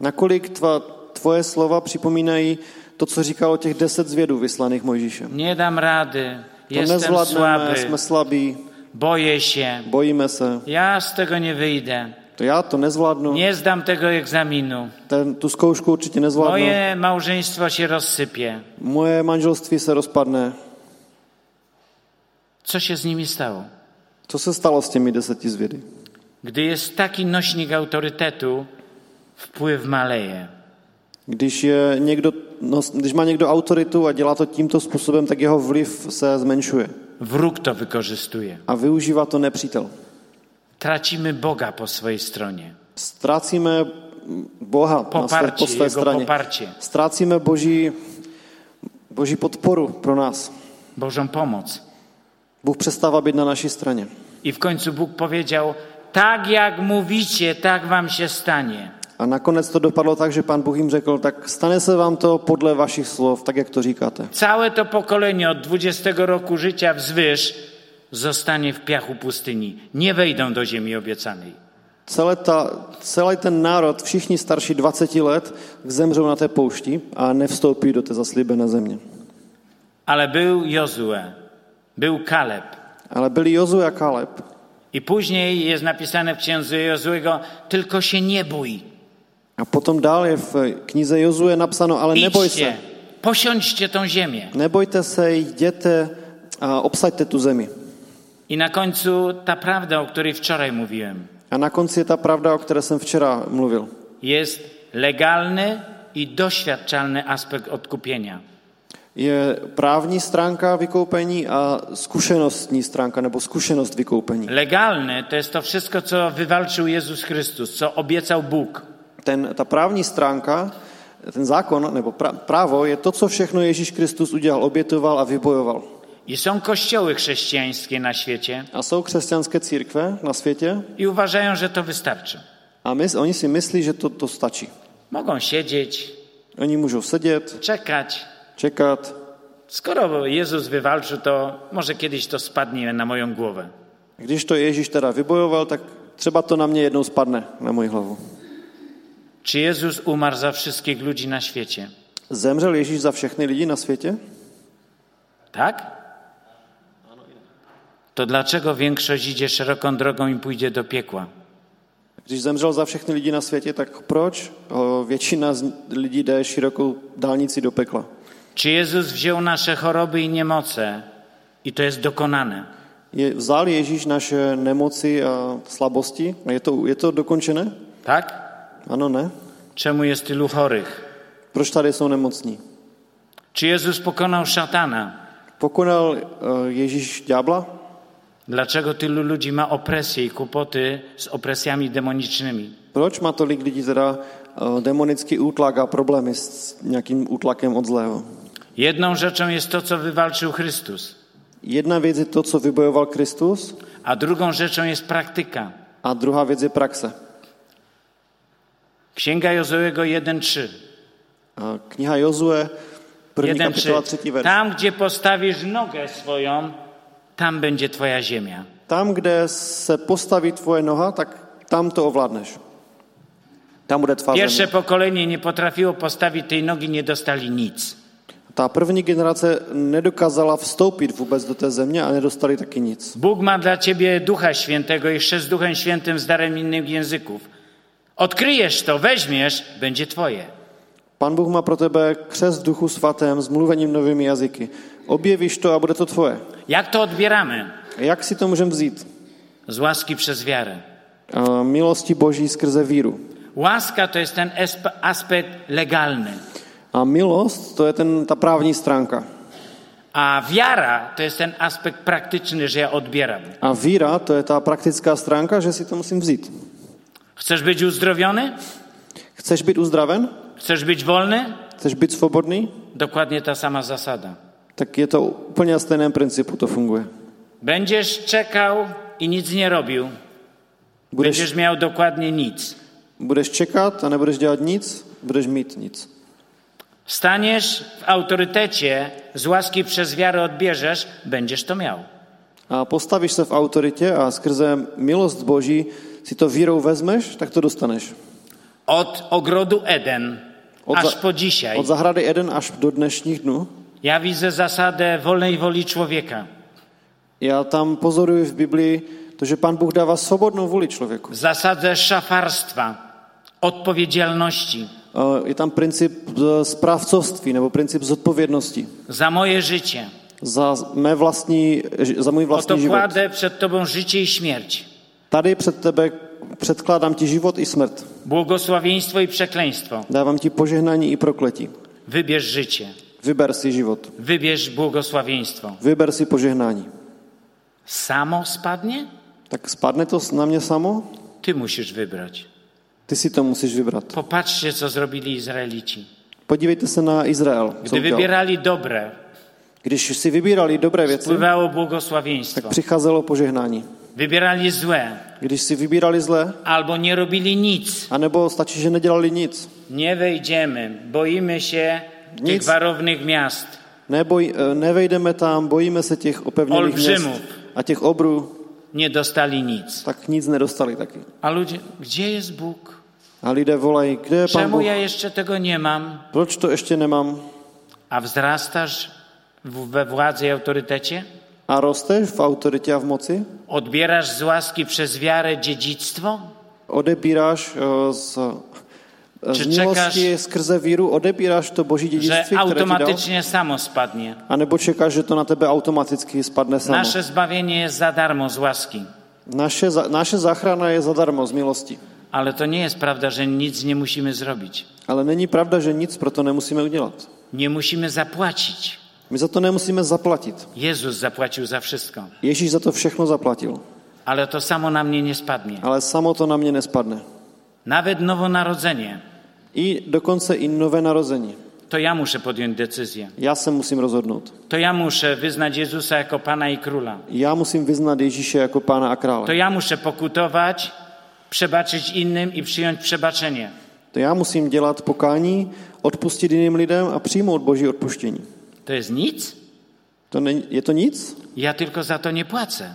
B: Nakolik tva, tvoje slova připomínají to, co říkalo těch deset zvědů vyslaných Mojžíšem?
A: Nie dam rady,
B: To
A: jestem
B: nezvládneme,
A: słaby,
B: jsme slabí,
A: boję się,
B: Bojíme se.
A: ja z tego nie wyjdę,
B: To já to nezvládnu.
A: nie zdam tego egzaminu,
B: Ten, tu zkoušku určitě nezvládnu.
A: moje małżeństwo się rozsypie.
B: Moje manželství se rozpadne.
A: Co się z nimi stało?
B: Co se stalo s těmi deseti zvědy?
A: Gdy jest taki nośnik autorytetu, wpływ maleje.
B: Když, je někdo, no, když má někdo autoritu a dělá to tímto způsobem, tak jeho vliv se zmenšuje.
A: Wróg to wykorzystuje.
B: A využívá to nepřítel.
A: Tracimy Boga po swojej stronie.
B: Ztrácíme Boha na své, po
A: Poparcie,
B: své
A: jego
B: straně.
A: poparcie.
B: Ztrácíme boží, boží podporu pro nás.
A: Bożą pomoc.
B: Bůh přestává být na naší straně.
A: I w końcu Bóg powiedział: Tak jak mówicie, tak wam się stanie.
B: A nakonec to dopadlo tak, že pán Bůh jim řekl, tak stane se vám to podle vašich slov, tak jak to říkáte.
A: Całe to pokolenie od 20 roku życia wzwyż zostanie w piachu pustyni. Nie wejdą do ziemi obiecanej.
B: Celé ta, celý ten národ, všichni starší 20 let, zemřou na té poušti a nevstoupí do té zaslíbené země.
A: Ale był Jozue, był Kaleb.
B: Ale byli Jozu a Kaleb.
A: I później jest napisane w księdze Jozuego: Tylko się nie bój.
B: A potom dál je v knize Jozu je napsáno, ale neboj
A: Idźcie,
B: se,
A: posiądźcie tą ziemię.
B: nebojte se, jděte a obsaďte tu zemi.
A: I na końcu ta prawda, o której wczoraj mówiłem.
B: A na konci je ta pravda, o které jsem včera mluvil.
A: jest legalny i doświadczalny aspekt odkupienia.
B: Je právní stránka vykoupení a zkušenostní stránka, nebo zkušenost vykoupení.
A: Legalny to jest to wszystko, co wywalczył Jezus Chrystus, co obiecał Bóg.
B: Ten, ta právní stránka, ten zákon nebo pra, právo je to, co všechno Ježíš Kristus udělal, obětoval a vybojoval.
A: I są kościoły chrześcijańskie na świecie
B: A jsou křesťanské církve na světě
A: i uważają, że to wystarczy.
B: a my, oni si myslí, že to, to stačí.
A: Mogą siedzieć,
B: Oni můžou sedět,
A: czekać.
B: čekat.
A: Skoro Jezus wywalczył, to może kiedyś to spadnie na moją głowę.
B: Když to Ježíš teda vybojoval, tak třeba to na mě jednou spadne, na moji hlavu.
A: Czy Jezus umarł za wszystkich ludzi na świecie?
B: Zemřel Ježíš za všechny lidi na světě?
A: Tak? To dlaczego większość idzie szeroką drogą i pójdzie do piekła?
B: Když zemřel za všechny lidi na světě, tak proč O, většina z lidí jde širokou dálnici do pekla?
A: Czy Jezus wziął nasze choroby i niemoce i to jest dokonane?
B: Je, vzal Ježíš naše nemoci a slabosti? A Je to, je to dokončené?
A: Tak?
B: Ano, ne?
A: Czemu jest tylu chorych?
B: Proč tady jsou nemocní?
A: Czy Jezus pokonał szatana?
B: Pokonal eh, Ježíš ďábla?
A: Dlaczego tylu ludzi ma opresję i kłopoty z opresjami demonicznymi?
B: Proč má tolik lidí teda eh, demonický útlak a problémy s nějakým útlakem od zlého?
A: Jedną rzeczą jest to, co wywalczył Chrystus,
B: Jedna věc je to, co vybojoval Kristus,
A: a drugą rzeczą jest praktyka.
B: a druhá věc je praxe.
A: Księga Jozuego 1.3.
B: A Kniha Jozue, první kapitola, třetí
A: 1:3.
B: verš.
A: Tam, gdzie postawisz nogę swoją, tam będzie twoja ziemia.
B: Tam, kde se postaví tvoje noha, tak tam to ovládneš. Tam bude tvá
A: Pierwsze
B: země.
A: pokolenie nie potrafiło postawić tej nogi, nie dostali nic.
B: Ta první generace nedokázala vstoupit vůbec do té země a nedostali taky nic.
A: Bóg ma dla ciebie Ducha Świętego i chrzest Duchem Świętym z darem innych języków. Odkryjesz to, weźmiesz, będzie twoje.
B: Pan Bůh má pro tebe křest v duchu svatém s mluvením novými jazyky. Objevíš to a bude to tvoje.
A: Jak to odbieramy?
B: Jak si to můžeme vzít?
A: Z łaski przez wiarę.
B: A Milosti Boží skrze víru.
A: Łaska to jest ten esp- aspekt legalny,
B: A milost, to je ten, ta právní stránka.
A: a wiara to jest ten aspekt praktyczny, że ja odbieram.
B: A víra, to je ta praktická stránka, že si to musím vzít.
A: Chcesz być uzdrowiony?
B: Chceš být uzdraven?
A: Chcesz być wolny?
B: Chceš být svobodný?
A: Dokładnie ta sama zasada.
B: Tak je to úplně na stejném principu, to funguje.
A: Będziesz czekał i nic nie robił,
B: Budeš,
A: będziesz miał dokładnie nic.
B: budeš čekat a nebudeš dělat nic, budeš mít nic.
A: Staniesz w autorytecie, z łaski przez wiarę odbierzesz, będziesz to miał.
B: A postavíš se v autoritě a skrze milost Boží si to vírou vezmeš, tak to dostaneš.
A: Od ogrodu Eden
B: Od
A: aż
B: za-
A: po dzisiaj
B: Od zahrady Eden až do dnešních dnů
A: ja widzę zasadę wolnej woli człowieka.
B: Já tam pozoruji v Biblii to, že Pán Bůh dává svobodnou vůli člověku.
A: zasadę szafarstwa, odpowiedzialności
B: Eh, Je tam princip eh, správcovství nebo princip zodpovědnosti
A: za moje życie.
B: za, mé vlastní, ži- za můj
A: Oto
B: vlastní život.
A: kładę przed Tobą życie i śmierć,
B: Tady před tebe předkládám ti život i smrt.
A: błogosławieństwo i przekleństwo.
B: Dávám ti požehnání i prokletí.
A: Wybierz życie,
B: Vyber si život.
A: wybierz błogosławieństwo.
B: Vyber si požehnání.
A: Samo spadnie?
B: Tak spadne to na mě samo?
A: Ty musisz wybrać.
B: Ty si to musíš vybrat.
A: Popatrzcie, co zrobili Izraelici.
B: Podívejte se na Izrael. Co
A: Gdy
B: udělal.
A: wybierali dobre,
B: Když si vybírali dobré věci,
A: pływało
B: tak
A: błogosławieństwo.
B: přicházelo požehnání.
A: Wybierali złe,
B: Když si vybírali zlé,
A: albo nie robili nic.
B: anebo stačí, že nedělali nic.
A: Nie wejdziemy, boimy się tych
B: Nic.
A: warownych miast.
B: Neboj, eh, nevejdeme tam, bojíme se těch opevněných
A: Olbřimů.
B: měst a těch obrů,
A: Nie dostali nic.
B: tak nic nedostali taky.
A: A ludzie, gdzie jest Bóg?
B: A lidé volají, kde je pán
A: Czemu
B: Bůh?
A: ja jeszcze tego nie mam?
B: Proč to ještě nemám?
A: A wzrastasz w- we władzy i autorytecie?
B: A rosteš v autoritě a v moci?
A: Odbierasz z łaski przez wiarę dziedzictwo?
B: Odebíráš eh, z, eh,
A: Czy
B: z
A: czekasz-
B: milosti skrze víru, odebíráš to boží
A: Że
B: dědictví, které ti dal?
A: automatycznie samo spadnie.
B: A nebo čekáš, že to na tebe automaticky spadne samo? Naše,
A: Nasze zbawienie jest za darmo z łaski.
B: naše, za- naše záchrana je zadarmo, z milosti.
A: Ale to nie jest prawda, że nic nie musimy zrobić.
B: Ale není pravda, že nic pro to nemusíme udělat.
A: Nie musimy zapłacić.
B: My za to nemusíme zaplatit.
A: Jezus zapłacił za wszystko.
B: Ježíš za to všechno zaplatil.
A: Ale to samo na mnie nie spadnie.
B: Ale samo to na mě nespadne.
A: Nawet nowonarodzenie.
B: I dokonce i nové narození.
A: To ja muszę podjąć decyzję.
B: Já se musím rozhodnout.
A: To ja muszę wyznać Jezusa jako Pana i Króla.
B: Já musím vyznat Ježíše jako pána a
A: To
B: krále.
A: ja muszę pokutować, przebaczyć innym i przyjąć przebaczenie.
B: To já musím dělat pokání, odpustit jiným lidem a přijmout boží odpuštění.
A: To jest nic?
B: To není, je to nic?
A: Ja tylko za to nie płacę.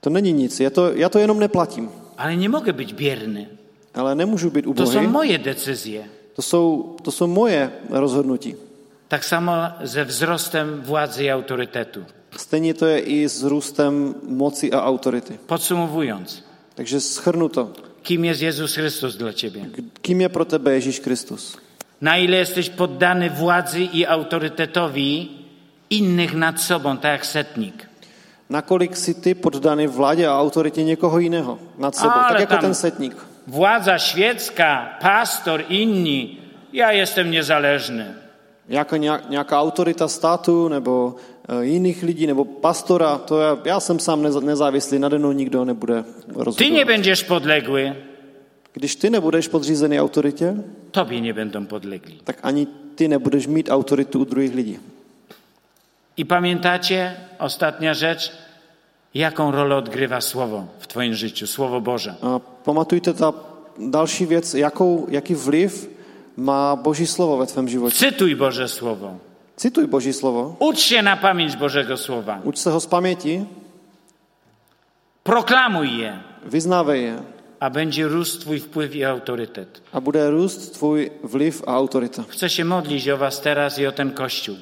B: To není nic. Je to, já to jenom neplatím.
A: Ale nie mogę być bierny.
B: Ale nemůžu být
A: To są
B: ubohý.
A: moje decyzje.
B: To jsou, to jsou moje rozhodnutí.
A: Tak samo ze wzrostem władzy i autorytetu.
B: Stejně to je i s růstem moci a autority.
A: Podsumowując,
B: Takže schrnu to.
A: kim jest Jezus Chrystus dla ciebie?
B: Kým je pro tebe Ježíš Kristus?
A: Na ile jesteś poddany władzy i autorytetowi innych nad sobą, tak jak setnik.
B: Nakolik jsi ty poddaný vládě a autoritě někoho jiného nad sebou?
A: Ale
B: tak jako
A: tam-
B: ten setník.
A: Władza świecka, pastor, inni, ja jestem niezależny.
B: Jako nějak- nějaká autorita státu nebo eh, jiných lidí nebo pastora, to já, já jsem sám neza- nezávislý, nade mnou nikdo nebude
A: Ty nie
B: rozhodovat.
A: będziesz podległy,
B: Když ty nebudeš podřízený autoritě,
A: tobie nie będą podlegli.
B: tak ani ty nebudeš mít autoritu u druhých lidí.
A: I pamiętacie, ostatnia rzecz, jaką rolę odgrywa Słowo w Twoim życiu, Słowo Boże.
B: A pamatujte ta další věc, jakou, jaký vliv má Boží slovo ve tvém životě.
A: Cytuj Boże Słowo.
B: Cituj Boží slovo,
A: Ucz się na pamięć Bożego Słowa.
B: uč se ho z paměti,
A: Proklamuj je,
B: vyznávej je
A: a będzie rósł Twój wpływ i autorytet.
B: a bude růst tvůj vliv a autorita.
A: Chcę się modlić o Was teraz i o ten Kościół,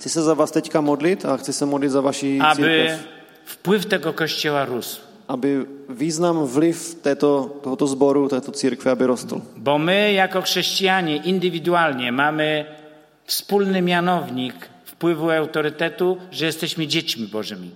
B: Chci se za vás teďka modlit a chci se modlit za vaši
A: aby
B: církev,
A: wpływ tego Kościoła rósł.
B: aby význam, vliv této, tohoto sboru, této církve, aby rostl.
A: Bo my, jako chrześcijanie, indywidualnie mamy wspólny mianownik wpływu i autorytetu, że jesteśmy dziećmi Bożymi.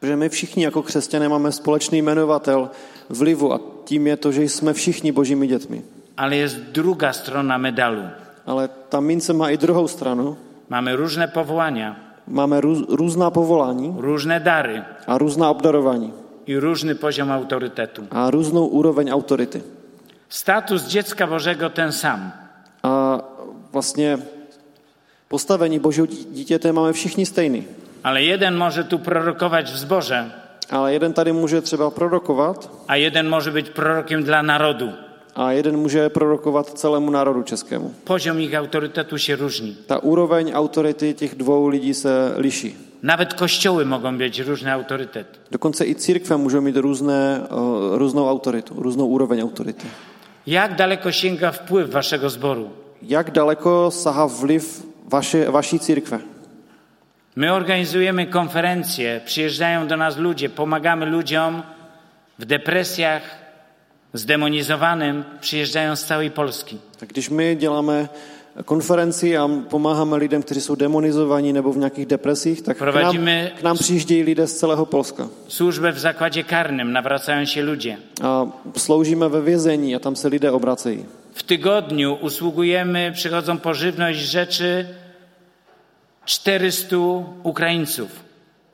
B: Protože my všichni jako křesťané máme společný jmenovatel vlivu a tím je to, že jsme všichni božími dětmi.
A: Ale jest druga strona medalu.
B: Ale ta mince má i druhou stranu.
A: Mamy różne powołania,
B: Máme růz, různá povolání,
A: różne dary
B: a různá obdarování
A: i różny poziom autorytetu.
B: a různou úroveň autority.
A: Status dziecka Bożego ten sam.
B: A vlastně postavení božího dí- dítěte máme všichni stejný.
A: Ale jeden może tu prorokować w zborze,
B: Ale jeden tady může třeba prorokovat
A: a jeden może być prorokiem dla narodu.
B: a jeden může prorokovat celému národu českému.
A: Poziom ich autorytetu się różni.
B: Ta úroveň autority těch dvou lidí se liší.
A: Nawet kościoły mogą mieć różny autorytet.
B: Dokonce i církve můžou mít různé, eh, různou autoritu, různou úroveň autority.
A: Jak daleko sięga wpływ waszego zboru?
B: Jak daleko sahá vliv vaše, vaší církve?
A: My organizujemy konferencje, przyjeżdżają do nas ludzie, pomagamy ludziom w depresjach, zdemonizowanym, przyjeżdżają z całej Polski.
B: Tak když my děláme konferenci a pomáháme lidem, kteří jsou demonizovaní nebo v nějakých depresích, tak k nám,
A: Provádíme-
B: k nám přijíždějí lidé z celého Polska.
A: Służbę w zakładzie karnym, nawracają się ludzie.
B: A sloužíme ve vězení a tam se lidé obracejí.
A: W tygodniu usługujemy, przychodzą pożywność rzeczy 400 Ukraińców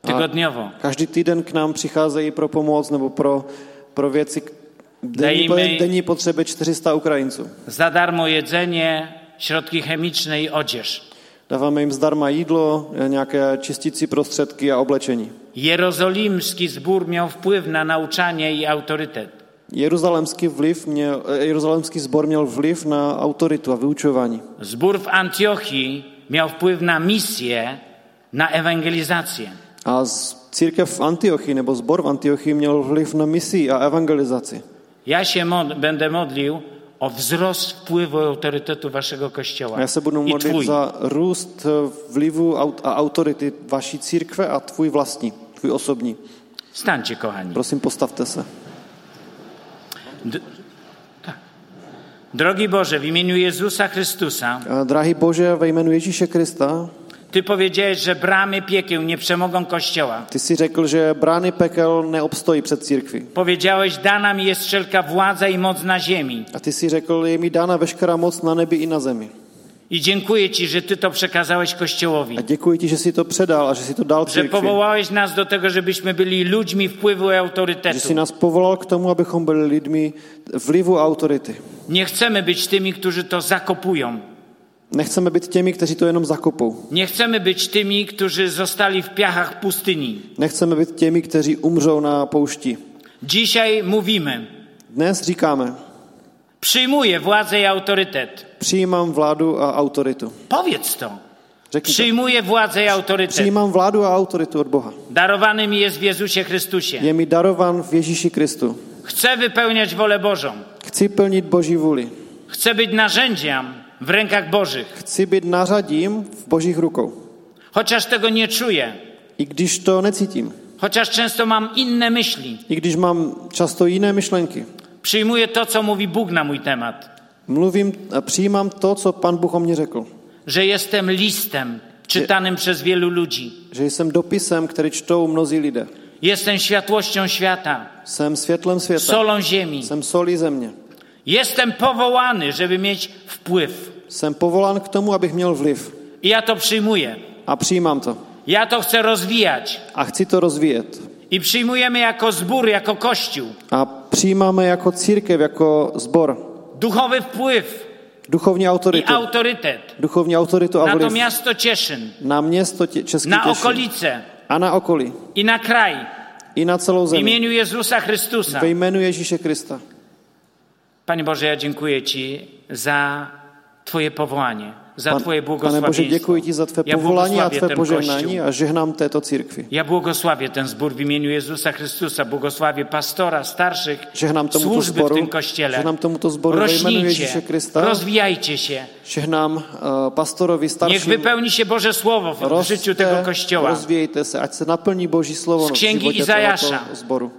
A: tygodniowo.
B: Každý týden k nám přicházejí pro pomoc nebo pro, pro věci, k- denní,
A: Dejme-
B: po- denní potřeby 400 Ukrajinců.
A: Za darmo jedzenie, środki chemiczne i odzież.
B: Dáváme jim zdarma jídlo, eh, nějaké čistící prostředky a oblečení.
A: Jerozolimski zbór miał wpływ na nauczanie i autorytet.
B: Jeruzalemský, vliv měl, eh, Jeruzalemský zbor měl vliv na autoritu a vyučování.
A: Zbór w Antiochii miał wpływ na misję, na ewangelizację.
B: A z- církev v Antiochii nebo zbor v Antiochii měl vliv na misi a evangelizaci.
A: Ja się mod- będę modlił o wzrost wpływu i autorytetu waszego kościoła.
B: A já se budu
A: I
B: modlit
A: twój.
B: za růst eh, vlivu aut- a autority vaší církve a tvůj vlastní, tvůj osobní.
A: Stańcie, kochani.
B: Prosím, postavte se.
A: D- tak. Drogi Boże, w imieniu Jezusa Chrystusa,
B: Eh, Drahý Bože, ve jménu Ježíše Krista,
A: Ty powiedziałeś, że bramy piekieł nie przemogą Kościoła.
B: ty jsi řekl, že brány pekel neobstojí před církví.
A: Powiedziałeś, dana mi jest wszelka władza i moc na ziemi.
B: A ty jsi řekl, je mi dána veškerá moc na nebi i na zemi.
A: I dziękuję Ci, że Ty to przekazałeś Kościołowi.
B: A děkuji ti, že jsi to předal a že jsi to dal
A: Że
B: církvi.
A: powołałeś nas do tego, żebyśmy byli ludźmi wpływu i
B: Že jsi
A: autorytetu.
B: nás povolal k tomu, abychom byli lidmi vlivu a autority.
A: Nie chcemy być tymi, którzy to zakopują.
B: Nechceme být těmi, kteří to jenom zakopou.
A: Nie chcemy być tymi, którzy zostali w piachach pustyni.
B: Nechceme být těmi, kteří umřou na poušti.
A: Dzisiaj mówimy,
B: Dnes říkáme,
A: przyjmuję władzę i autorytet.
B: přijímám vládu a autoritu.
A: Powiedz to.
B: Řekni to.
A: Przyjmuję władzę i autorytet.
B: Přijímám vládu a autoritu od Boha.
A: Darowany mi jest w Jezusie Chrystusie.
B: Je mi darovan v Ježíši Kristu.
A: Chcę wypełniać wolę Bożą.
B: Chci plnit Boží vůli.
A: Chcę być narzędziem w rękach Bożych.
B: Chci být nařadím v Božích rukou.
A: Chociaż tego nie czuję,
B: I když to necítím,
A: chociaż często mam inne myśli,
B: i když mám často jiné myšlenky,
A: przyjmuję to, co mówi Bóg na mój temat,
B: mluvím a přijímám to, co pan Bůh o mně řekl.
A: że jestem listem czytanym przez wielu ludzi.
B: Že jsem dopisem, který čtou mnozí lidé.
A: Jestem światłością świata,
B: Jsem světlem světa.
A: solą ziemi.
B: Jsem solí země.
A: Jestem powołany, żeby mieć wpływ.
B: Jsem povolán k tomu, abych měl vliv.
A: I ja to przyjmuję.
B: A přijímám to.
A: Ja to chcę rozwijać.
B: A chci to rozvíjet.
A: I przyjmujemy jako zbór, jako kościół.
B: A přijímáme jako církev, jako sbor,
A: Duchowy wpływ
B: duchovní
A: i
B: autoritu.
A: autorytet
B: Duchovní autoritu a
A: na to
B: vliv
A: miasto Cieszyn,
B: na město tě, Český
A: na
B: Těšín
A: okolice
B: a na okolí.
A: i na kraj
B: I na celou
A: w
B: zemi.
A: imieniu Jezusa Chrystusa.
B: Ve jménu Ježíše Krista.
A: Panie Boże, ja dziękuję Ci za Twoje powołanie, za Twoje
B: pane Bože,
A: błogosławieństwo.
B: děkuji ti za tvé
A: ja
B: povolání a
A: błogosławię
B: tvé
A: ten
B: požehnání
A: kościół.
B: a žehnám této církvi.
A: Ja błogosławię ten zbór w imieniu Jezusa Chrystusa. Błogosławię pastora, starszych,
B: Żegnam tomuto
A: służby
B: zboru.
A: w tym kościele.
B: Żegnam tomuto zboru w imieniu Jezusa
A: Rośnijcie,
B: Chrysta.
A: rozwijajcie się.
B: Žehnám eh, pastorovi
A: Niech
B: starším.
A: wypełni się Boże Słowo w życiu tego kościoła.
B: rozvějte se, ať se naplní Boží slovo
A: Z
B: v
A: księgi
B: životě
A: Izajáša.
B: tohoto zboru.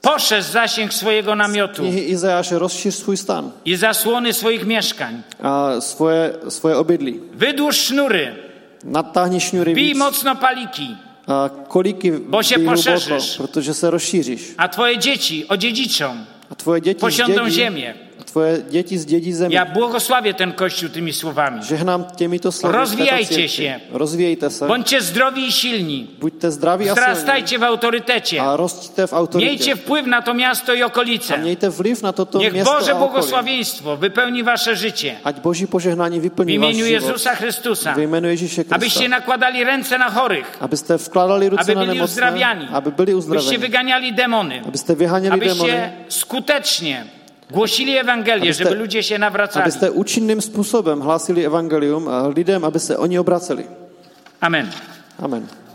A: Poszerz zasięg swojego namiotu
B: Knihy Izajáše, rozšíř svůj stan
A: i zasłony swoich mieszkań.
B: a svoje, svoje obydlí.
A: Wydłuż sznury,
B: Natáhni šňury
A: bij
B: víc
A: mocno paliki,
B: a koliky
A: Bo się
B: bij hluboko,
A: poszerzysz.
B: protože se rozšíříš.
A: a twoje dzieci odziedziczą.
B: A tvoje děti
A: Posiądą
B: zdědí,
A: ziemię.
B: Tvoje děti zdědí zemi.
A: Ja błogosławię ten kościół tymi słowami.
B: Žehnám těmito slovy.
A: Rozvíjajte
B: této církvi.
A: się.
B: Rozvíjejte se.
A: Bądźcie zdrowi i silni.
B: Buďte zdraví a silní.
A: Wzrastajcie w autorytecie.
B: A rostíte v autoritě.
A: Miejcie wpływ na to miasto i
B: A
A: okolice.
B: mějte vliv na toto
A: Niech
B: město
A: Boże
B: a okolí.
A: błogosławieństwo wypełni wasze życie
B: Ať Boží požehnání
A: w
B: vyplní váš
A: imieniu
B: život.
A: Jezusa Chrystusa.
B: Ve jménu Ježíše Krista.
A: Abyście nakładali ręce na chorych,
B: Abyste vkládali ruce
A: aby
B: na
A: byli uzdrawiani,
B: nemocné, aby byli
A: byście
B: uzdraveni,
A: wyganiali demony,
B: abyste vyháněli
A: abyście
B: démony,
A: skutecznie głosili Ewangelię,
B: Abyste-
A: żeby ludzie się nawracali.
B: abyste účinným způsobem hlásili evangelium a lidem, aby se oni obraceli.
A: Amen.
B: Amen.